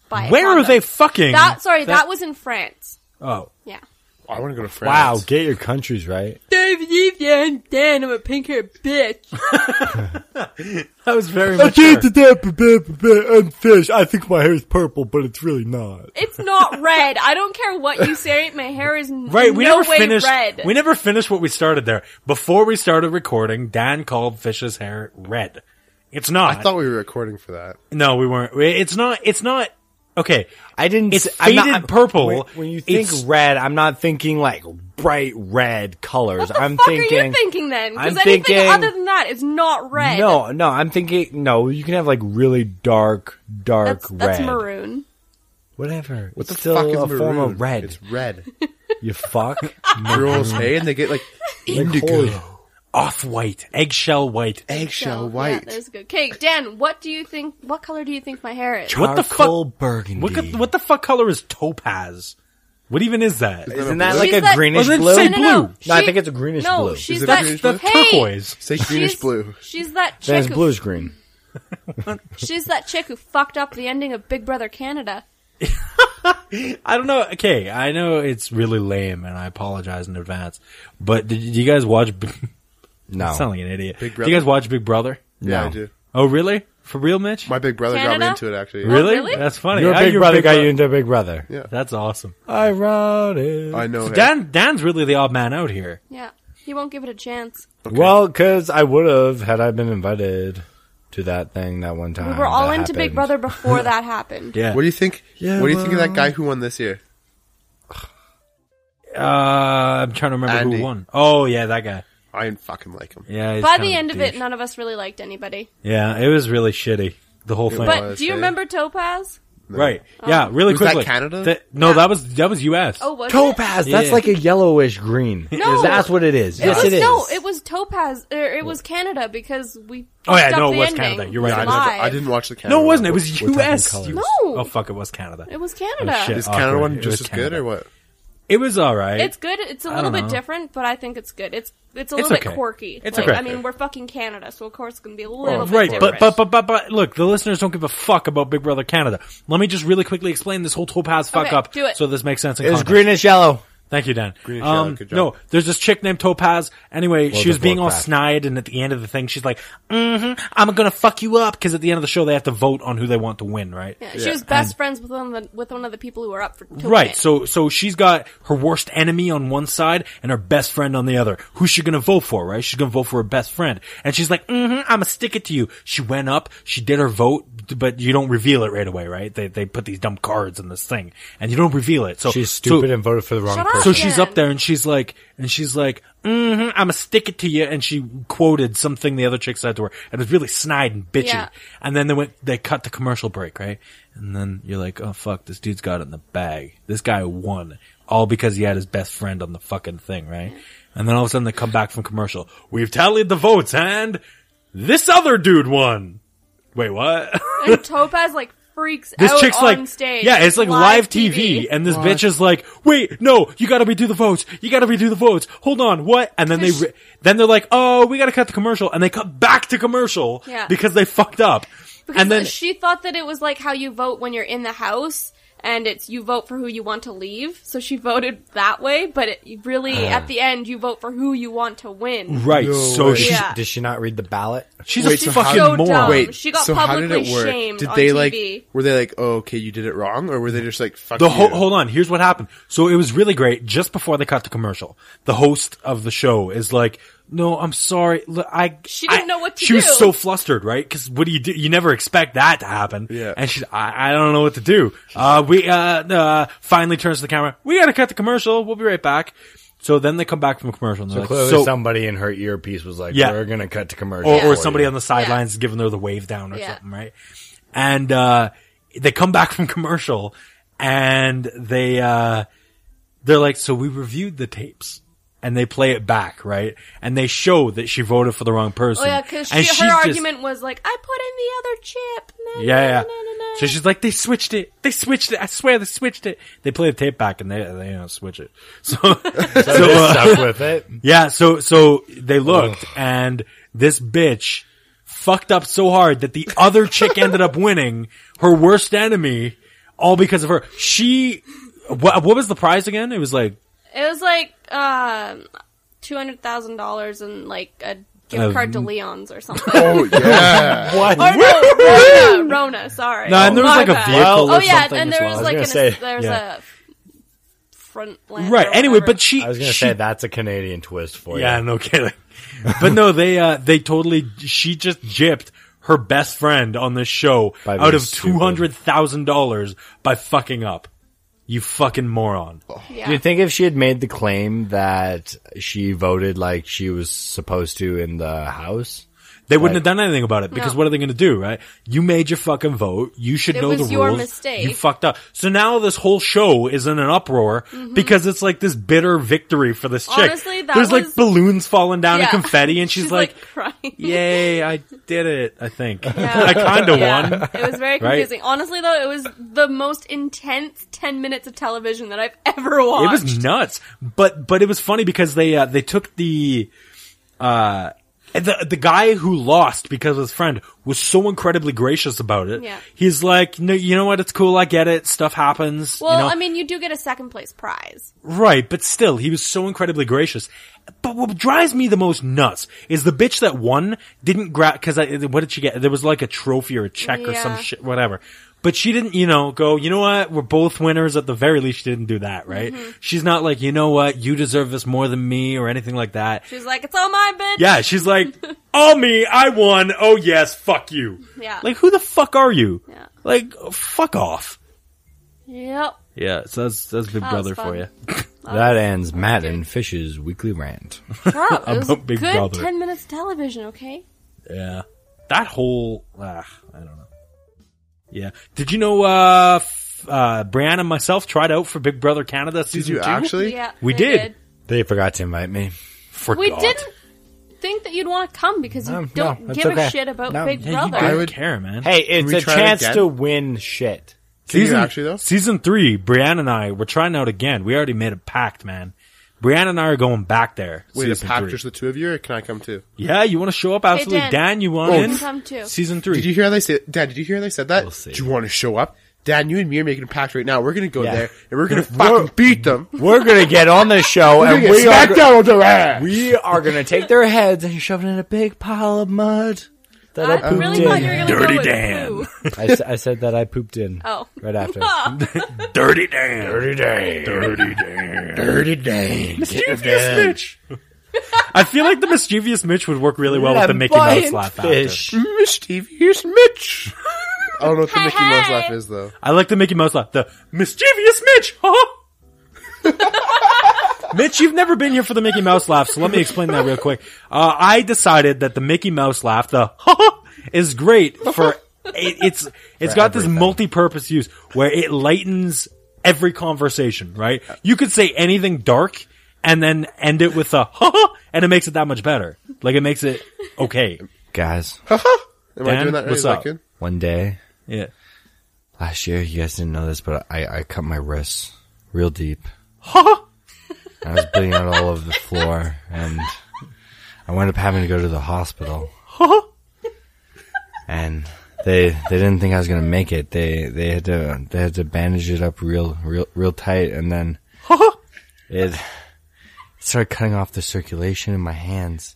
S5: buy a
S2: Where are
S5: condom.
S2: they fucking?
S5: That sorry, that, was in France.
S2: oh
S5: Yeah.
S3: I want to go to France.
S1: Wow, get your countries right.
S5: Dan, I'm a pink haired bitch.
S2: that was very
S1: I
S2: much.
S1: did the I'm fish. I think my hair is purple, but it's really not.
S5: It's not red. I don't care what you say. My hair is n-
S2: Right, we
S5: no
S2: never
S5: way
S2: finished.
S5: red.
S2: We never finished what we started there. Before we started recording, Dan called Fish's hair red. It's not.
S3: I thought we were recording for that.
S2: No, we weren't. We- It's not. It's not Okay,
S1: I didn't.
S2: It's
S1: s- I'm not-
S2: faded
S1: I'm-
S2: purple.
S1: When, when you think
S2: It's-
S1: red, I'm not thinking like bright red colors.
S5: What the
S1: I'm
S5: fuck
S1: thinking.
S5: are you thinking then?
S1: I'm
S5: Because anything
S1: thinking-
S5: other than that is not red.
S1: No, no, I'm thinking. No, you can have like really dark, dark
S5: that's,
S1: red,
S5: that's maroon.
S1: whatever.
S3: What the
S1: it's still
S3: fuck is
S1: a
S3: maroon?
S1: form of red.
S3: It's red.
S1: You fuck.
S3: Girls, hey, and they get like indigo,
S2: off white, eggshell white.
S3: eggshell
S5: So,
S3: white.
S5: Yeah, there's good. Okay, Dan, what do you think? What color do you think my hair is?
S2: What the
S1: Charcoal
S2: fuck?
S1: burgundy.
S2: What, the- what the fuck color is topaz? What even is that?
S1: Isn't that like
S5: She's
S1: a
S5: like-
S1: greenish
S2: Well, then
S1: blue?
S2: say
S5: No, no, no.
S2: blue.
S1: No, I
S5: She-
S1: think it's a greenish
S5: no,
S1: blue.
S5: she's
S3: Is it a
S5: that
S3: greenish
S2: That's
S5: hey,
S2: turquoise.
S3: Say
S5: She's,
S3: greenish blue.
S5: She's that
S1: Then
S5: chick.
S1: it's
S5: Who,
S1: bluish green.
S5: She's that chick who fucked up the ending of Big Brother Canada.
S2: I don't know. Okay, I know it's really lame, and I apologize in advance. But did you guys watch? Big-
S1: No.
S2: I sound like an idiot.
S3: Big
S2: Did you guys watch Big Brother?
S1: no.
S3: I do.
S2: Oh, really? For real, Mitch?
S3: My big brother got me
S5: Canada?
S3: into it actually.
S2: really?
S5: really?
S2: That's funny.
S1: Your
S2: Ah,
S1: big
S2: your
S1: brother got
S2: bro-
S1: you into Big Brother.
S3: Yeah.
S2: That's awesome.
S1: I wrote it.
S3: I know.
S2: So
S3: hey.
S2: Dan Dan's really the odd man out here.
S5: Yeah, he won't give it a chance.
S1: Well, because I would have had I been invited to that thing that one time.
S5: We were all
S1: Ah, that
S5: into Big
S1: happened.
S5: Brother before that happened.
S2: Yeah.
S3: What do you think?
S1: Yeah,
S3: what do you think of
S1: well-
S3: that guy who won this year?
S2: Uh, I'm trying to remember
S3: Andy.
S2: who won. Oh yeah, that guy.
S3: I didn't fucking like him.
S2: Yeah. he's
S5: By
S2: kind
S5: the
S2: a
S5: end of
S2: douche.
S5: it, none of us really liked anybody.
S2: Yeah, it was really shitty. The whole thing.
S3: was.
S5: But
S3: that's
S5: do you
S3: great.
S5: remember Topaz?
S2: Right. Yeah, really
S3: Was that
S2: quickly.
S3: Canada?
S2: That- no, that was that was US.
S5: Oh, was It?
S1: Topaz. That's
S2: Yeah.
S1: like a yellowish green.
S5: No.
S1: that's what it is. yes,
S5: was,
S1: it is.
S5: No, it was Topaz. Er, it was Canada because we.
S2: Oh, yeah,
S5: fucked
S2: no,
S5: up
S2: it
S5: the
S2: was
S5: ending.
S2: Canada. You're right.
S5: It
S3: I,
S5: was
S2: Yeah, I
S5: live.
S3: never, I didn't watch the Canada.
S2: no, it wasn't. It
S3: one.
S2: was
S1: We're talking
S2: US.
S1: colours.
S2: You-
S5: No.
S2: Oh fuck, it was Canada.
S5: It was
S2: Oh,
S5: Canada.
S2: shit,
S3: Is
S2: awkward.
S3: Canada one
S2: It
S3: just
S2: was
S3: as good
S2: Canada.
S3: or what?
S2: It was all right.
S5: It's good. It's a
S2: I
S5: little
S2: don't
S5: bit
S2: know.
S5: different, but I think it's good. It's it's a
S2: It's
S5: little
S2: okay.
S5: bit quirky.
S2: It's
S5: like,
S2: okay. Oh,
S5: I mean, we're fucking Canada, so of course it's gonna be a little bit
S2: right,
S5: different.
S2: but, but but but but look, the listeners don't give a fuck about Big Brother Canada. Let me just really quickly explain this whole topaz fuck
S5: Okay,
S2: up,
S5: do it.
S2: so this makes sense. In
S1: It was
S2: context.
S1: greenish yellow.
S2: Thank you, Dan.
S3: Greenish
S2: um,
S3: yellow, good job.
S2: No, there's this chick named Topaz. Anyway, she was
S1: of
S2: being all
S1: Warcraft.
S2: snide, and at the end of the thing, she's like, mm-hmm, "I'm gonna fuck you up," because at the end of the show, they have to vote on who they want to win, right?
S5: Yeah, she was best friends with one of the with one of the people who were up for to
S2: Right.
S5: win.
S2: So so she's got her worst enemy on one side and her best friend on the other. Who's she gonna vote for? Right? She's gonna vote for her best friend. And she's like, mm-hmm, I'm gonna stick it to you. She went up. She did her vote, but you don't reveal it right away, right? They they put these dumb cards in this thing, and you don't reveal it. So
S1: She's
S2: so-
S1: stupid and voted for the wrong
S5: Shut up.
S1: person.
S2: so
S5: Yeah.
S2: she's up there and she's like, and she's like, mm-hmm, I'm gonna stick it to you. And she quoted something the other chick said to her, and it was really snide and bitchy.
S5: Yeah.
S2: And then they went, they cut the commercial break, right? And then you're like, oh fuck, this dude's got it in the bag. This guy won, all because he had his best friend on the fucking thing, right? And then all of a sudden they come back from commercial. We've tallied the votes, and this other dude won. Wait, what?
S5: and Topaz like freaks
S2: this
S5: out
S2: chick's
S5: on
S2: like
S5: stage.
S2: yeah it's like live, TV. and this bitch is like wait no you gotta redo the votes you gotta redo the votes hold on what and then they
S5: There's-
S2: re- then they're like oh we gotta cut the commercial and they cut back to commercial
S5: Yeah.
S2: because they fucked up
S5: Because
S2: and then
S5: she thought that it was like how you vote when you're in the house, and it's you vote for who you want to leave. So she voted that way, but it, you really at the end you vote for who you want to win.
S2: Ah. right so
S3: way.
S2: she,
S5: Yeah.
S1: Did she not read the ballot?
S2: she's
S3: Wait,
S2: a
S3: so how-
S2: fucking
S5: So
S2: moron
S5: dumb.
S3: Wait,
S5: She got
S3: so how did it
S5: publicly
S3: work?
S5: shamed
S3: did
S5: on
S3: they
S5: TV.
S3: like? Were they like, oh, okay, you did it wrong, or were they just like, fuck
S2: the
S3: you?
S2: ho- hold on here's what happened so it was really great just before they cut the commercial the host of the show is like no i'm sorry Look, i
S5: She didn't
S2: I-
S5: know what to
S2: she was
S5: do.
S2: so flustered right because what do you do you never expect that to happen
S3: Yeah.
S2: and she's i, I don't know what to do uh we uh, uh finally turns to the camera we gotta cut the commercial we'll be right back so then they come back from commercial and they're like,
S1: Clearly,
S2: so,
S1: somebody in her earpiece was like,
S2: Yeah.
S1: "We're gonna cut to commercial."
S2: or, or
S1: for
S2: somebody
S1: you."
S2: on the sidelines is giving her the wave down or
S5: Yeah.
S2: something, right? And uh, they come back from commercial and they uh, they're like, "So we reviewed the tapes." And they play it back, right? And they show that she voted for the wrong person.
S5: Oh yeah, because
S2: And she's
S5: her
S2: just-
S5: argument was like, "I put in the other chip." Na,
S2: yeah,
S5: na,
S2: yeah.
S5: na, na, na.
S2: So she's like, they switched it. They switched it. I swear they switched it. They play the tape back and they, they don't switch it. So, so
S1: They
S2: uh,
S1: stuck with it.
S2: yeah, so so they looked and this bitch fucked up so hard that the other chick ended up winning her worst enemy all because of her. She what what was the prize again? It was like
S5: It was like um two hundred thousand dollars and like a gift
S2: Uh,
S5: card to Leon's or something. or
S3: Oh yeah.
S1: What?
S5: no, Rona, Rona, sorry.
S2: No, and there was
S5: My
S2: like a
S5: bad.
S2: vehicle
S5: Oh
S2: or
S5: yeah,
S2: something
S5: and
S2: as
S5: there
S2: well.
S5: was
S2: I was
S5: like
S1: gonna
S5: an,
S1: say,
S5: there's
S2: yeah.
S5: a front land
S2: right.
S5: or
S2: Anyway,
S5: whatever.
S2: but she
S1: I was gonna
S2: she-
S1: say that's a Canadian twist for you.
S2: Yeah, no kidding. but no, they uh they totally she just gypped her best friend on this show
S1: By being
S2: out of
S1: stupid.
S2: $200,000 by fucking up. You fucking moron.
S5: Yeah.
S1: Do you think if she had made the claim that she voted like she was supposed to in the House?
S2: They wouldn't have done anything about it because what are they going to do, right? You made your fucking vote. You should
S5: It
S2: know
S5: was
S2: the
S5: your
S2: rules.
S5: mistake.
S2: You fucked up. So now this whole show is in an uproar because it's like this bitter victory for this chick.
S5: Mm-hmm. Honestly, that
S2: There's
S5: was-
S2: like balloons falling down and
S5: Yeah.
S2: confetti, and she's, like,
S5: crying.
S2: "Yay, I did it! I think
S5: Yeah.
S2: I kind of
S5: Yeah.
S2: won."
S5: It was very
S2: Right?
S5: confusing. Honestly, though, it was the most intense ten minutes of television that I've ever
S2: It
S5: watched.
S2: was nuts, but but it was funny because they uh, they took the uh the the guy who lost because of his friend was so incredibly gracious about it.
S5: Yeah.
S2: He's like, no, you know what? It's cool. I get it. Stuff happens. you
S5: well,
S2: know?
S5: I mean, you do get a second place prize.
S2: Right, but still, he was so incredibly gracious. But what drives me the most nuts is the bitch that won didn't grab because what did she get? There was like a trophy or a check or some
S5: Yeah.
S2: shit, whatever. But she didn't, you know, go. You know what? We're both winners at the very least. She didn't do that, right?
S5: Mm-hmm.
S2: She's not like, you know what? You deserve this more than me or anything like that.
S5: She's like, "It's all mine, bitch."
S2: Yeah, she's like, all me, I won. Oh yes, fuck you.
S5: Yeah.
S2: Like who the fuck are you?
S5: Yeah.
S2: Like fuck off.
S5: Yep.
S2: Yeah, so that's that's Big
S5: That was
S2: Brother for
S5: fun.
S2: you.
S3: Oh.
S1: That ends Matt and Fish's weekly rant.
S5: Bro, it was
S2: About Big
S5: good
S2: Brother.
S5: ten minutes of television. Okay.
S2: Yeah. That whole, uh, I don't know. Yeah. Did you know, uh, f- uh, Brianna and myself tried out for Big Brother Canada
S3: Did
S2: season
S3: you
S2: two?
S3: actually?
S5: Yeah,
S2: We
S5: they
S2: did.
S1: They forgot to invite me.
S2: Forgot.
S5: We didn't think that you'd want to come because you
S2: Um,
S1: No,
S5: don't
S1: no, it's
S5: give
S1: okay.
S5: a shit about
S1: No.
S5: Big
S1: Yeah,
S2: Yeah, you
S5: Brother.
S2: didn't
S3: I would-
S2: care, man.
S1: Hey, it's
S3: we
S1: a
S3: try it
S1: chance
S3: again?
S1: to win shit.
S3: Can you actually though?
S2: season three, Brianna and I were trying out again. We already made a pact, man. Brianna and I are going back there.
S3: Wait, is
S2: season
S3: packed
S2: three.
S3: just the two of you, or can I come too?
S2: Yeah, you want to show up? Absolutely.
S5: Dan.
S2: Dan. you want
S5: You
S2: in?
S5: can come too.
S2: Season three.
S3: Oh. Did you hear how they say? Dad, did you hear how they said that?
S1: We'll see.
S3: Do you want to show up? Dad, you and me are making a pact right now. We're gonna go
S1: Yeah.
S3: there and we're gonna fucking beat them.
S1: We're gonna get on this show and
S3: We're gonna
S1: we are,
S3: smack
S1: go-
S3: down on their ass.
S1: we are gonna take their heads and shove it in a big pile of mud that I,
S5: I
S1: pooped
S5: really
S1: in.
S5: thought you were going to
S2: Dirty
S5: go with
S2: Dan.
S5: poo.
S1: I, s- I said that I pooped in.
S5: Oh.
S1: right after.
S2: Dirty Dan. Dirty
S1: Dan.
S2: Dirty Dan.
S1: Dirty day. Mischievous
S2: Mischievous Mitch. I feel like the mischievous Mitch would work really well with the Mickey Mouse laugh after.
S3: Mischievous Mitch. I don't know what the
S5: Hey,
S3: Mickey Mouse
S5: hey.
S3: laugh is though.
S2: I like the Mickey Mouse laugh. The mischievous Mitch, huh? Mitch, you've never been here for the Mickey Mouse laugh, so let me explain that real quick. Uh, I decided that the Mickey Mouse laugh, the is great for it, it's it's got this multi-purpose use where it lightens every conversation. Right? You could say anything dark and then end it with a and it makes it that much better. Like it makes it okay.
S1: Guys,
S3: Am I
S2: Dan,
S3: doing that right?
S2: what's
S3: Is that
S2: up?
S3: good?
S1: one day
S2: Yeah.
S1: last year, you guys didn't know this, but I, I cut my wrists real deep. I was bleeding out all over the floor, and I wound up having to go to the hospital. and they they didn't think I was gonna make it. They they had to they had to bandage it up real real real tight, and then it started cutting off the circulation in my hands.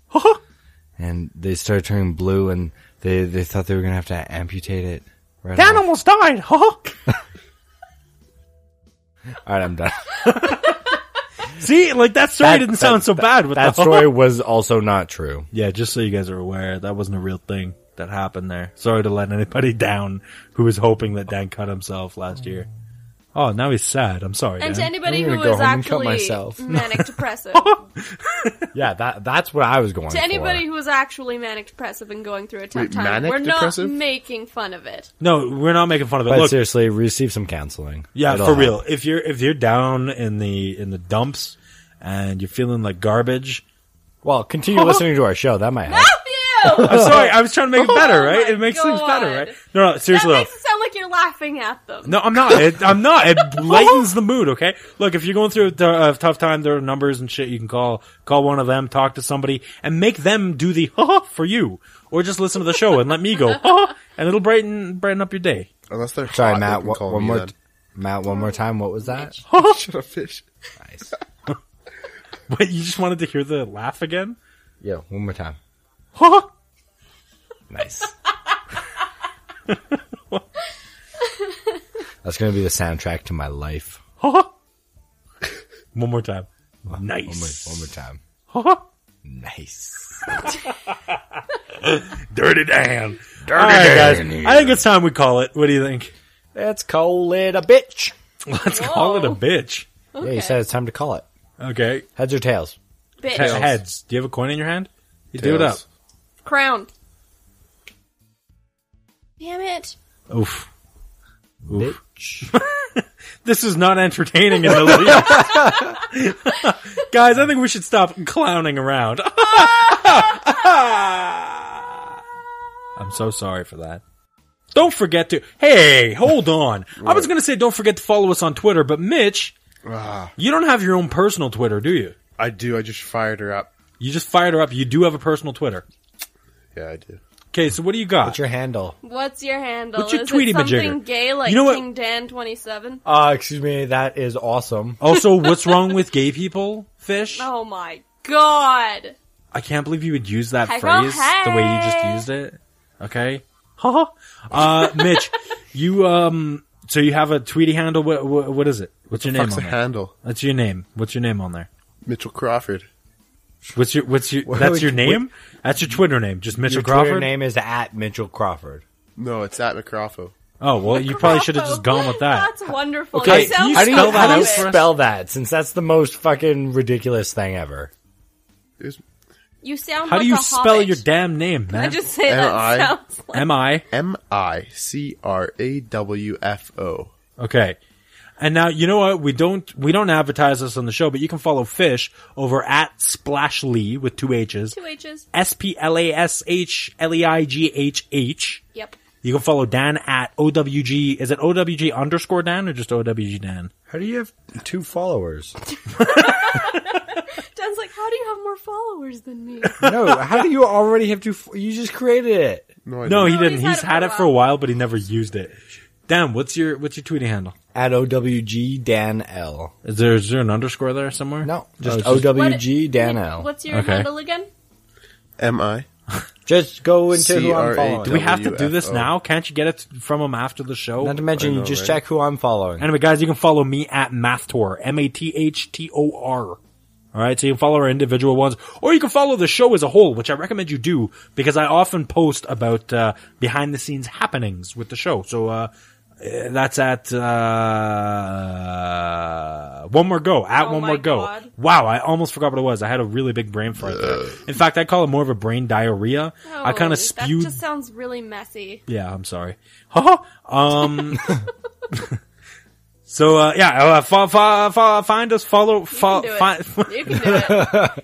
S1: and they started turning blue, and they they thought they were gonna have to amputate it. Right
S6: Dan
S1: off.
S6: almost died.
S1: All right, I'm done.
S2: See, like that story
S1: That-
S2: didn't
S1: that-
S2: sound so bad with
S1: That
S2: the
S1: story was also not true.
S2: Yeah, just so you guys are aware, that wasn't a real thing that happened there. Sorry to let anybody down who was hoping that Dan cut himself last year. Oh, now he's sad. I'm sorry,
S5: And to
S2: Dan.
S5: anybody
S1: I'm
S5: who
S1: gonna go
S5: is
S1: home and cut
S5: actually
S1: myself.
S5: manic depressive,
S1: Yeah, that that's what I was going
S5: to anybody who is actually manic depressive and going through a tough
S3: Wait,
S5: time,
S3: manic
S5: we're not
S3: depressive?
S5: making fun of it.
S2: no, we're not making fun of it.
S1: But
S2: Look,
S1: seriously, receive some counseling.
S2: yeah,
S1: It'll
S2: for
S1: help.
S2: real. If you're if you're down in the in the dumps and you're feeling like garbage,
S1: Well, continue listening to our show. That
S2: Oh.
S1: might help.
S5: F you!
S2: I'm sorry. I was trying to make it better,
S5: Oh
S2: right?
S5: my
S2: It makes things better,
S5: God.
S2: right? No, no,
S5: that
S2: seriously. though.
S5: makes it sound like you're laughing at them.
S2: No, I'm not. It, I'm not. It lightens the mood. Okay. Look, if you're going through a t- a tough time, there are numbers and shit you can call. Call one of them. Talk to somebody and make them do the ha for you, or just listen to the show and let me go ha, and it'll brighten brighten up your day.
S3: Unless they're
S1: Sorry,
S3: hot,
S1: Matt.
S3: they can
S1: What,
S3: call
S1: one
S3: me
S1: more,
S3: then.
S1: t- Matt. One more time. What was that?
S3: Shut up, fish.
S2: But you just wanted to hear the laugh again.
S1: Yeah, one more time.
S2: Ha!
S1: Nice. That's gonna be the soundtrack to my life.
S2: Ha! One more time.
S1: One more,
S2: Nice.
S1: one more time.
S2: Ha!
S1: Nice.
S2: Dirty Dan. Dirty
S1: Dan here.
S2: I think it's time we call it. What do you think?
S1: Let's call it a bitch.
S2: Let's call it a bitch.
S1: Yeah, you
S5: Okay.
S1: said it's time to call it.
S2: Okay.
S1: Heads or tails?
S5: Bitch.
S2: He- Heads. Do you have a coin in your hand? You do it up.
S3: Tails.
S5: Crown. Damn it.
S2: Oof.
S1: Bitch.
S2: This is not entertaining in the least. Guys, I think we should stop clowning around. I'm so sorry for that. Don't forget to, hey, hold on. I was going to say don't forget to follow us on Twitter, but Mitch,
S3: Ah,
S2: you don't have your own personal Twitter, do you?
S3: I do. I just fired her up.
S2: You just fired her up. You do have a personal Twitter.
S3: Yeah, I do.
S2: Okay, so what do you got?
S1: What's your handle?
S5: What's your handle?
S2: What's your
S5: is
S2: Tweety
S5: it something
S2: Majigger?
S5: gay like
S2: You know what-
S5: King Dan 27?
S1: Uh, excuse me. That is awesome.
S2: also, what's wrong with gay people, Fish?
S5: Oh my god.
S2: I can't believe you would use that
S5: Hey, girl,
S2: phrase the way you just
S5: hey.
S2: used it. Okay. Haha. uh, Mitch, you, um, so you have a Tweety handle. What, what, what is it? What's your name
S3: Fuck's
S2: on
S3: the
S2: there?
S3: handle.
S2: That's your name. What's your name on there?
S3: Mitchell Crawford.
S2: What's your, what's your,
S1: What-
S2: that's your
S1: what-
S2: name? That's your Twitter name. Just Mitchell
S1: Your
S2: Crawford?
S1: Twitter name is at Mitchell Crawford.
S3: No, it's at McCrawfo.
S2: Oh, well, you probably should have just gone with that.
S5: That's wonderful.
S2: Okay,
S5: You sound
S2: you
S5: so
S1: How do you,
S2: spell that
S1: how do you
S2: out for us?
S1: spell that? Since that's the most fucking ridiculous thing ever.
S3: It was
S5: You sound
S2: How
S5: like
S2: do you
S5: a
S2: spell
S5: hobbit.
S2: your damn name, man?
S5: I just say
S3: M.I.
S5: that sounds like
S2: Am I?
S3: M I C R A W F O.
S2: Okay. And now you know what we don't we don't advertise this on the show, but you can follow Fish over at Splashly with two H's,
S5: two H's.
S2: S P L A S H L E I G H H.
S5: Yep.
S2: You can follow Dan at OWG. Is it OWG underscore Dan or just OWG Dan?
S1: How do you have two followers?
S5: Dan's like, how do you have more followers than me?
S1: no, how do you already have two? Fo- you just created it
S3: No, I
S2: No, he
S5: No,
S2: didn't. He's, had, it for a while, but he never used it. Dan, what's your what's your tweeting handle?
S1: at OWG Dan L.
S2: Is there is there an underscore there somewhere?
S1: No,
S2: Oh,
S1: just
S2: it's just-
S1: OWG
S5: What-
S1: Dan
S5: what-
S1: L.
S5: What's your
S2: Okay.
S5: handle again?
S3: M I.
S1: Just go into who I'm
S3: CRA.
S2: Do
S1: following.
S2: we have to do this
S3: WFO.
S2: now? Can't you get it from him after the show?
S1: Not to mention,
S3: I
S1: you
S3: know,
S1: just
S3: right?
S1: check who I'm following.
S2: Anyway, guys, you can follow me at Mathtor, M A T H T O R. All right, so you can follow our individual ones, or you can follow the show as a whole, which I recommend you do because I often post about uh, behind the scenes happenings with the show. So uh, eh, that's at uh, one more go at
S5: Oh
S2: one
S5: my
S2: more go.
S5: God.
S2: Wow, I almost forgot what it was. I had a really big brain fart. There. In fact, I call it more of a brain diarrhea. I kind
S5: Oh,
S2: of spewed.
S5: That just sounds really messy.
S2: Yeah, I'm sorry. Haha. um. so uh, yeah, uh, fo- fo- fo- find us, follow, fo-
S5: You can do
S2: fi-
S5: it. You can do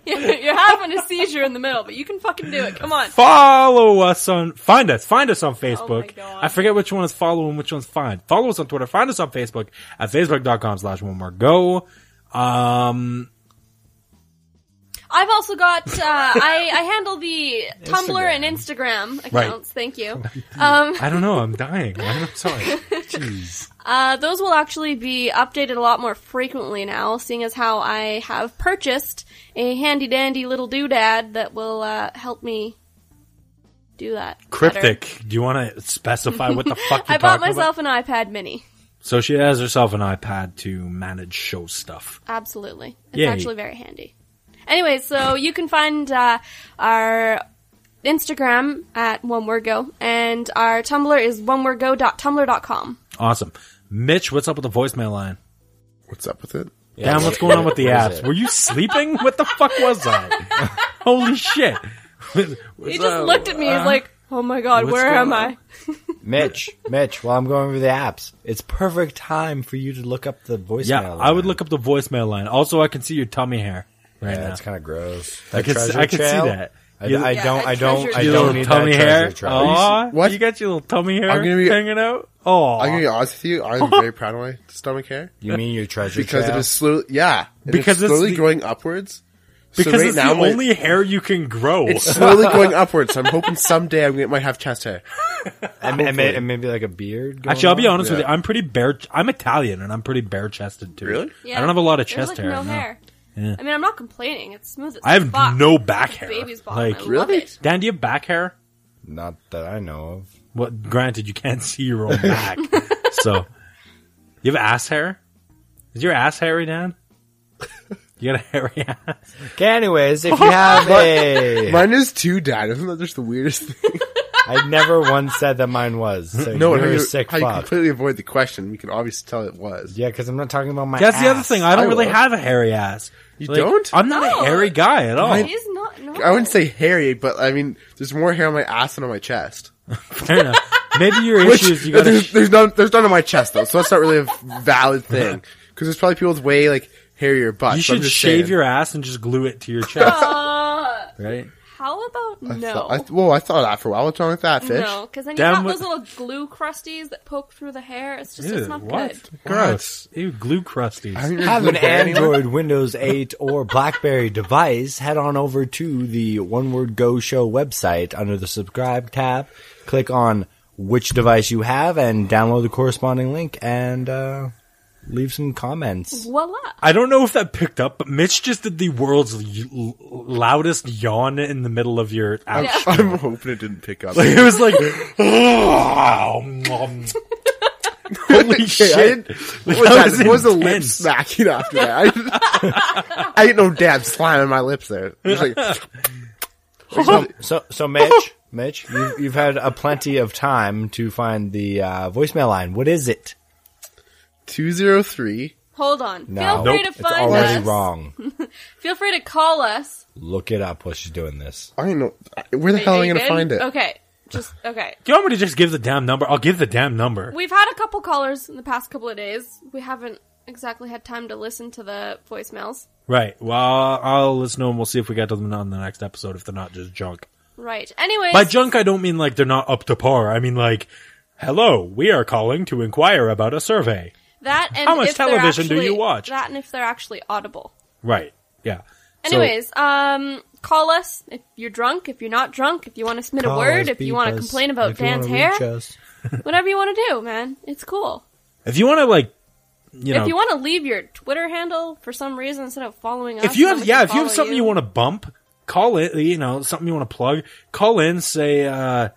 S5: it. You're having a seizure in the middle, but you can fucking do it. Come on.
S2: follow us on find us, find us on Facebook.
S5: Oh God.
S2: I forget which one is follow and which one's find. Follow us on Twitter. Find us on Facebook at facebook.com/slash one more go. Um,
S5: I've also got. Uh, I I handle the Tumblr and Instagram accounts. Thank you. Um,
S2: I don't know. I'm dying. I'm sorry. Jeez.
S5: uh, those will actually be updated a lot more frequently now, seeing as how I have purchased a handy dandy little doodad that will uh, help me do that. better.
S2: Cryptic. Do you want to specify what the fuck you're
S5: I bought
S2: talking about?
S5: myself an iPad Mini.
S2: So she has herself an iPad to manage show stuff.
S5: Absolutely. It's
S2: Yay.
S5: actually very handy. Anyway, so you can find uh, our Instagram at one word go, and our Tumblr is onewordgo.tumblr.com.
S2: Awesome. Mitch, what's up with the voicemail line?
S3: What's up with it?
S1: Yeah,
S2: Damn,
S1: what-
S2: what's going on with the
S1: what is
S2: apps?
S1: it?
S2: Were you sleeping? What the fuck was that? Holy shit.
S5: He just looked at me.
S3: Uh-huh.
S5: He's like, "Oh my god,
S2: what's
S5: where
S2: going
S5: am
S2: on?
S5: I?"
S1: Mitch, Mitch, while I'm going over the apps, it's perfect time for you to look up the voicemail.
S2: Yeah, I would
S1: line.
S2: look up the voicemail line. Also, I can see your tummy hair right
S1: Yeah,
S2: now.
S1: that's kind of gross.
S2: I
S1: That
S2: can, see,
S1: treasure
S2: I can see
S1: trail?
S2: that.
S1: I,
S2: Your-
S1: I
S5: Yeah,
S1: don't.
S5: that
S1: I don't.
S5: treasure
S1: I
S2: your
S5: trail.
S1: don't
S2: little
S1: need
S2: tummy
S1: that
S2: hair.
S1: treasure trail.
S2: Aw,
S3: What?
S2: you got your little tummy hair
S3: I'm gonna be-
S2: hanging out. Oh,
S3: I'm gonna be honest with you. I'm very proud of my stomach hair
S1: You mean your treasure
S3: because
S1: trail?
S3: it is slowly, yeah, and
S2: Because
S3: it's
S2: it's
S3: slowly
S2: the-
S3: growing upwards.
S2: because
S3: so right
S2: it's
S3: now,
S2: the
S3: my-
S2: only hair you can grow.
S3: it's slowly going upwards. So I'm hoping someday I might have chest hair.
S1: and, and, may- and maybe like a beard. going
S2: Actually, I'll be
S1: on?
S2: honest with
S3: Yeah.
S2: you. I'm pretty bare. I'm Italian, and I'm pretty bare chested too.
S3: Really?
S5: Yeah.
S2: I don't have a lot of
S5: There's,
S2: chest
S5: like,
S2: hair.
S5: No
S2: no.
S5: hair.
S2: Yeah.
S5: I mean, I'm not complaining. It's smooth. As
S2: I have
S5: fuck.
S2: no back hair.
S5: Baby's bottom.
S2: Like-
S5: I love
S3: Really?
S5: it.
S2: Dan, do you have back hair?
S1: Not that I know of.
S2: Well, granted, you can't see your own back. so, you have ass hair? Is your ass hairy, Dan? You got a hairy ass.
S1: Okay, anyways, if you have a,
S3: Mine is too dad. Isn't that just the weirdest thing?
S1: I never once said that mine was. So no,
S3: no,
S1: you're
S3: how
S1: a
S3: you,
S1: sick
S3: how you
S1: fuck.
S3: completely avoid the question. We can obviously tell it was.
S1: Yeah, because I'm not talking about my.
S2: That's the other
S1: ass.
S2: thing. I don't
S3: I
S2: really
S3: will.
S2: have a hairy ass.
S3: You don't?
S2: I'm not
S5: No.
S2: a hairy guy at all.
S5: It is not. No.
S3: I wouldn't say hairy, but I mean, there's more hair on my ass than on my chest.
S2: Fair enough. Maybe your
S3: Which
S2: issue is you got.
S3: there's,
S2: to
S3: there's none there's none on my chest though, so that's not really a valid thing. Because there's probably people with way like hairier butts.
S2: You
S3: so I'm
S2: should
S3: just
S2: shave
S3: saying. Oh.
S2: your ass and just glue it to your chest,
S5: Uh,
S2: right?
S5: how about
S3: I
S5: no?
S3: thought- I, whoa, I thought of that for a while. What's wrong with that fish?
S5: No, because then you
S2: Damn
S5: got
S2: what-
S5: those little glue crusties that poke through the hair. It's just it's
S2: Ew,
S5: not
S2: what?
S5: good.
S2: Gross. Ew, glue crusties.
S3: I mean,
S1: Have an
S3: there's no brand anymore.
S1: Android, Windows 8, or BlackBerry device, head on over to the One Word Go Show website under the subscribe tab. Click on which device you have and download the corresponding link and uh, leave some comments.
S5: Voila.
S2: I don't know if that picked up, but Mitch just did the world's y- l- loudest yawn in the middle of your. Ouch.
S5: Yeah.
S3: I'm hoping it didn't pick up.
S2: It was like, holy
S3: Okay, I
S2: shit!
S3: didn't- what was,
S2: that
S3: that?
S2: was
S3: What was the lip
S2: intense.
S3: smacking after that? I didn't, I didn't know dad slamming my lips there. It was like,
S1: So, so Mitch, Mitch, you've, you've had a plenty of time to find the uh, voicemail line. What is it?
S3: 203.
S5: Hold on.
S1: No,
S5: Feel free to
S1: it's
S5: find
S1: already
S5: us.
S1: wrong.
S5: Feel free to call us.
S1: Look it up while she's doing this.
S3: I don't know. Where the hell am I going to find it?
S5: Okay. Just okay.
S2: Do you want me to just give the damn number? I'll give the damn number.
S5: We've had a couple callers in the past couple of days. We haven't exactly had time to listen to the voicemails.
S2: Right. Well, I'll listen to them. We'll see if we get to them on the next episode. If they're not just junk.
S5: Right. Anyways,
S2: By junk, I don't mean like they're not up to par. I mean like, hello, we are calling to inquire about a survey.
S5: that and
S2: How much
S5: if they're
S2: television do
S5: actually-
S2: you watch?
S5: That and if they're actually audible.
S2: Right. Yeah. So-
S5: Anyways, um, call us if you're drunk, if you're not drunk, if you want to submit a word, if you want to complain about Dan's hair, whatever you want to do, man. It's cool.
S2: if you want to like, you know,
S5: if you want to leave your Twitter handle for some reason instead of following us,
S2: if you
S5: then
S2: have
S5: we
S2: yeah
S5: can
S2: if you have
S5: follow
S2: something you, want to bump call it you know something you want to plug call in say uh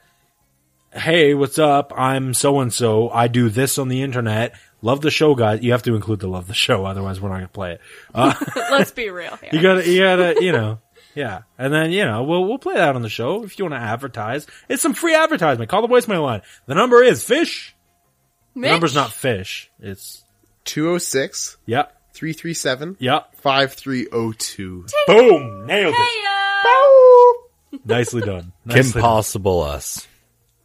S2: hey what's up i'm so and so i do this on the internet love the show guys you have to include the love the show otherwise we're not gonna play it
S5: let's be real here.
S2: you gotta you gotta you know yeah and then you know we'll we'll play that on the show if you want to advertise it's some free advertisement call the voicemail line the number is fish the
S5: Mitch,
S2: number's not fish it's
S3: 206
S2: yeah
S3: 337
S2: yeah
S3: 5302.
S2: boom nailed it
S5: Heya!
S2: nicely done Nicely done.
S1: Impossible us.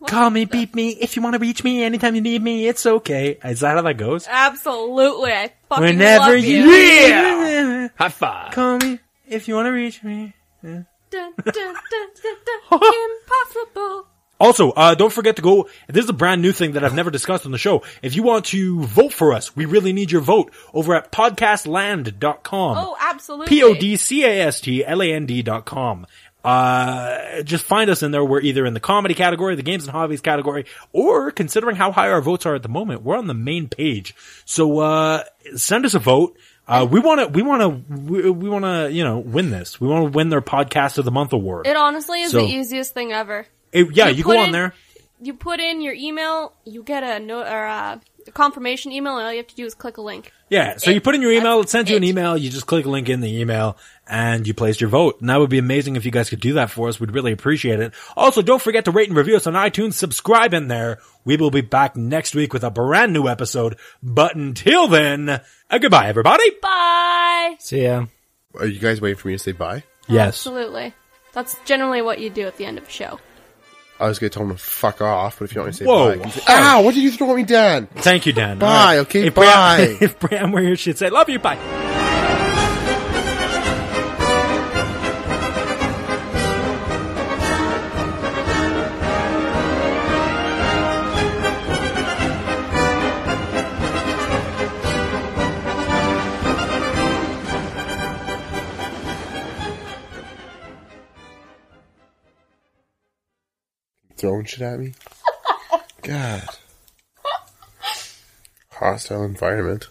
S2: Call me, beat me. If you want to reach me anytime you need me, it's okay. Is that how that goes?
S5: absolutely. I fucking
S2: Whenever
S5: love
S2: you,
S5: you.
S2: yeah. High five. Call me if you want to reach me.
S5: Dun, dun, dun, dun, dun. Impossible.
S2: Also, uh, don't forget to go. This is a brand new thing that I've never discussed on the show. If you want to vote for us, we really need your vote over at podcastland.com.
S5: Oh, absolutely.
S2: P O D C A S T L A N D dot com. Uh, just find us in there. We're either in the comedy category, the games and hobbies category, or considering how high our votes are at the moment, we're on the main page. So, uh, send us a vote. Uh, we want to, we want to, we, we want to, you know, win this. We want to win their podcast of the month award.
S5: It honestly is
S2: So-
S5: the easiest thing ever.
S2: It- yeah, you, go
S5: put
S2: on
S5: in-
S2: there.
S5: You put in your email, you get a no or uh, a confirmation email, and all you have to do is click a link.
S2: Yeah. So you put in your email, it sends you an
S5: it.
S2: email, you just click a link in the email and you placed your vote. And that would be amazing if you guys could do that for us. We'd really appreciate it. Also, don't forget to rate and review us on iTunes, subscribe in there. We will be back next week with a brand new episode. But until then, uh, goodbye everybody.
S5: Bye.
S1: See ya.
S3: Are you guys waiting for me to say bye?
S2: Yes.
S5: Absolutely. That's generally what you do at the end of a show.
S3: I was going to tell him to fuck off, but if you want me to say
S2: Whoa.
S3: bye. I can say- Ow, what did you throw at me, Dan?
S2: Thank you, Dan.
S3: Bye,
S2: All
S3: okay,
S2: if Bram-
S3: bye.
S2: if Bram were here, she'd say, love you, bye.
S3: Throwing shit at me? God. Hostile environment.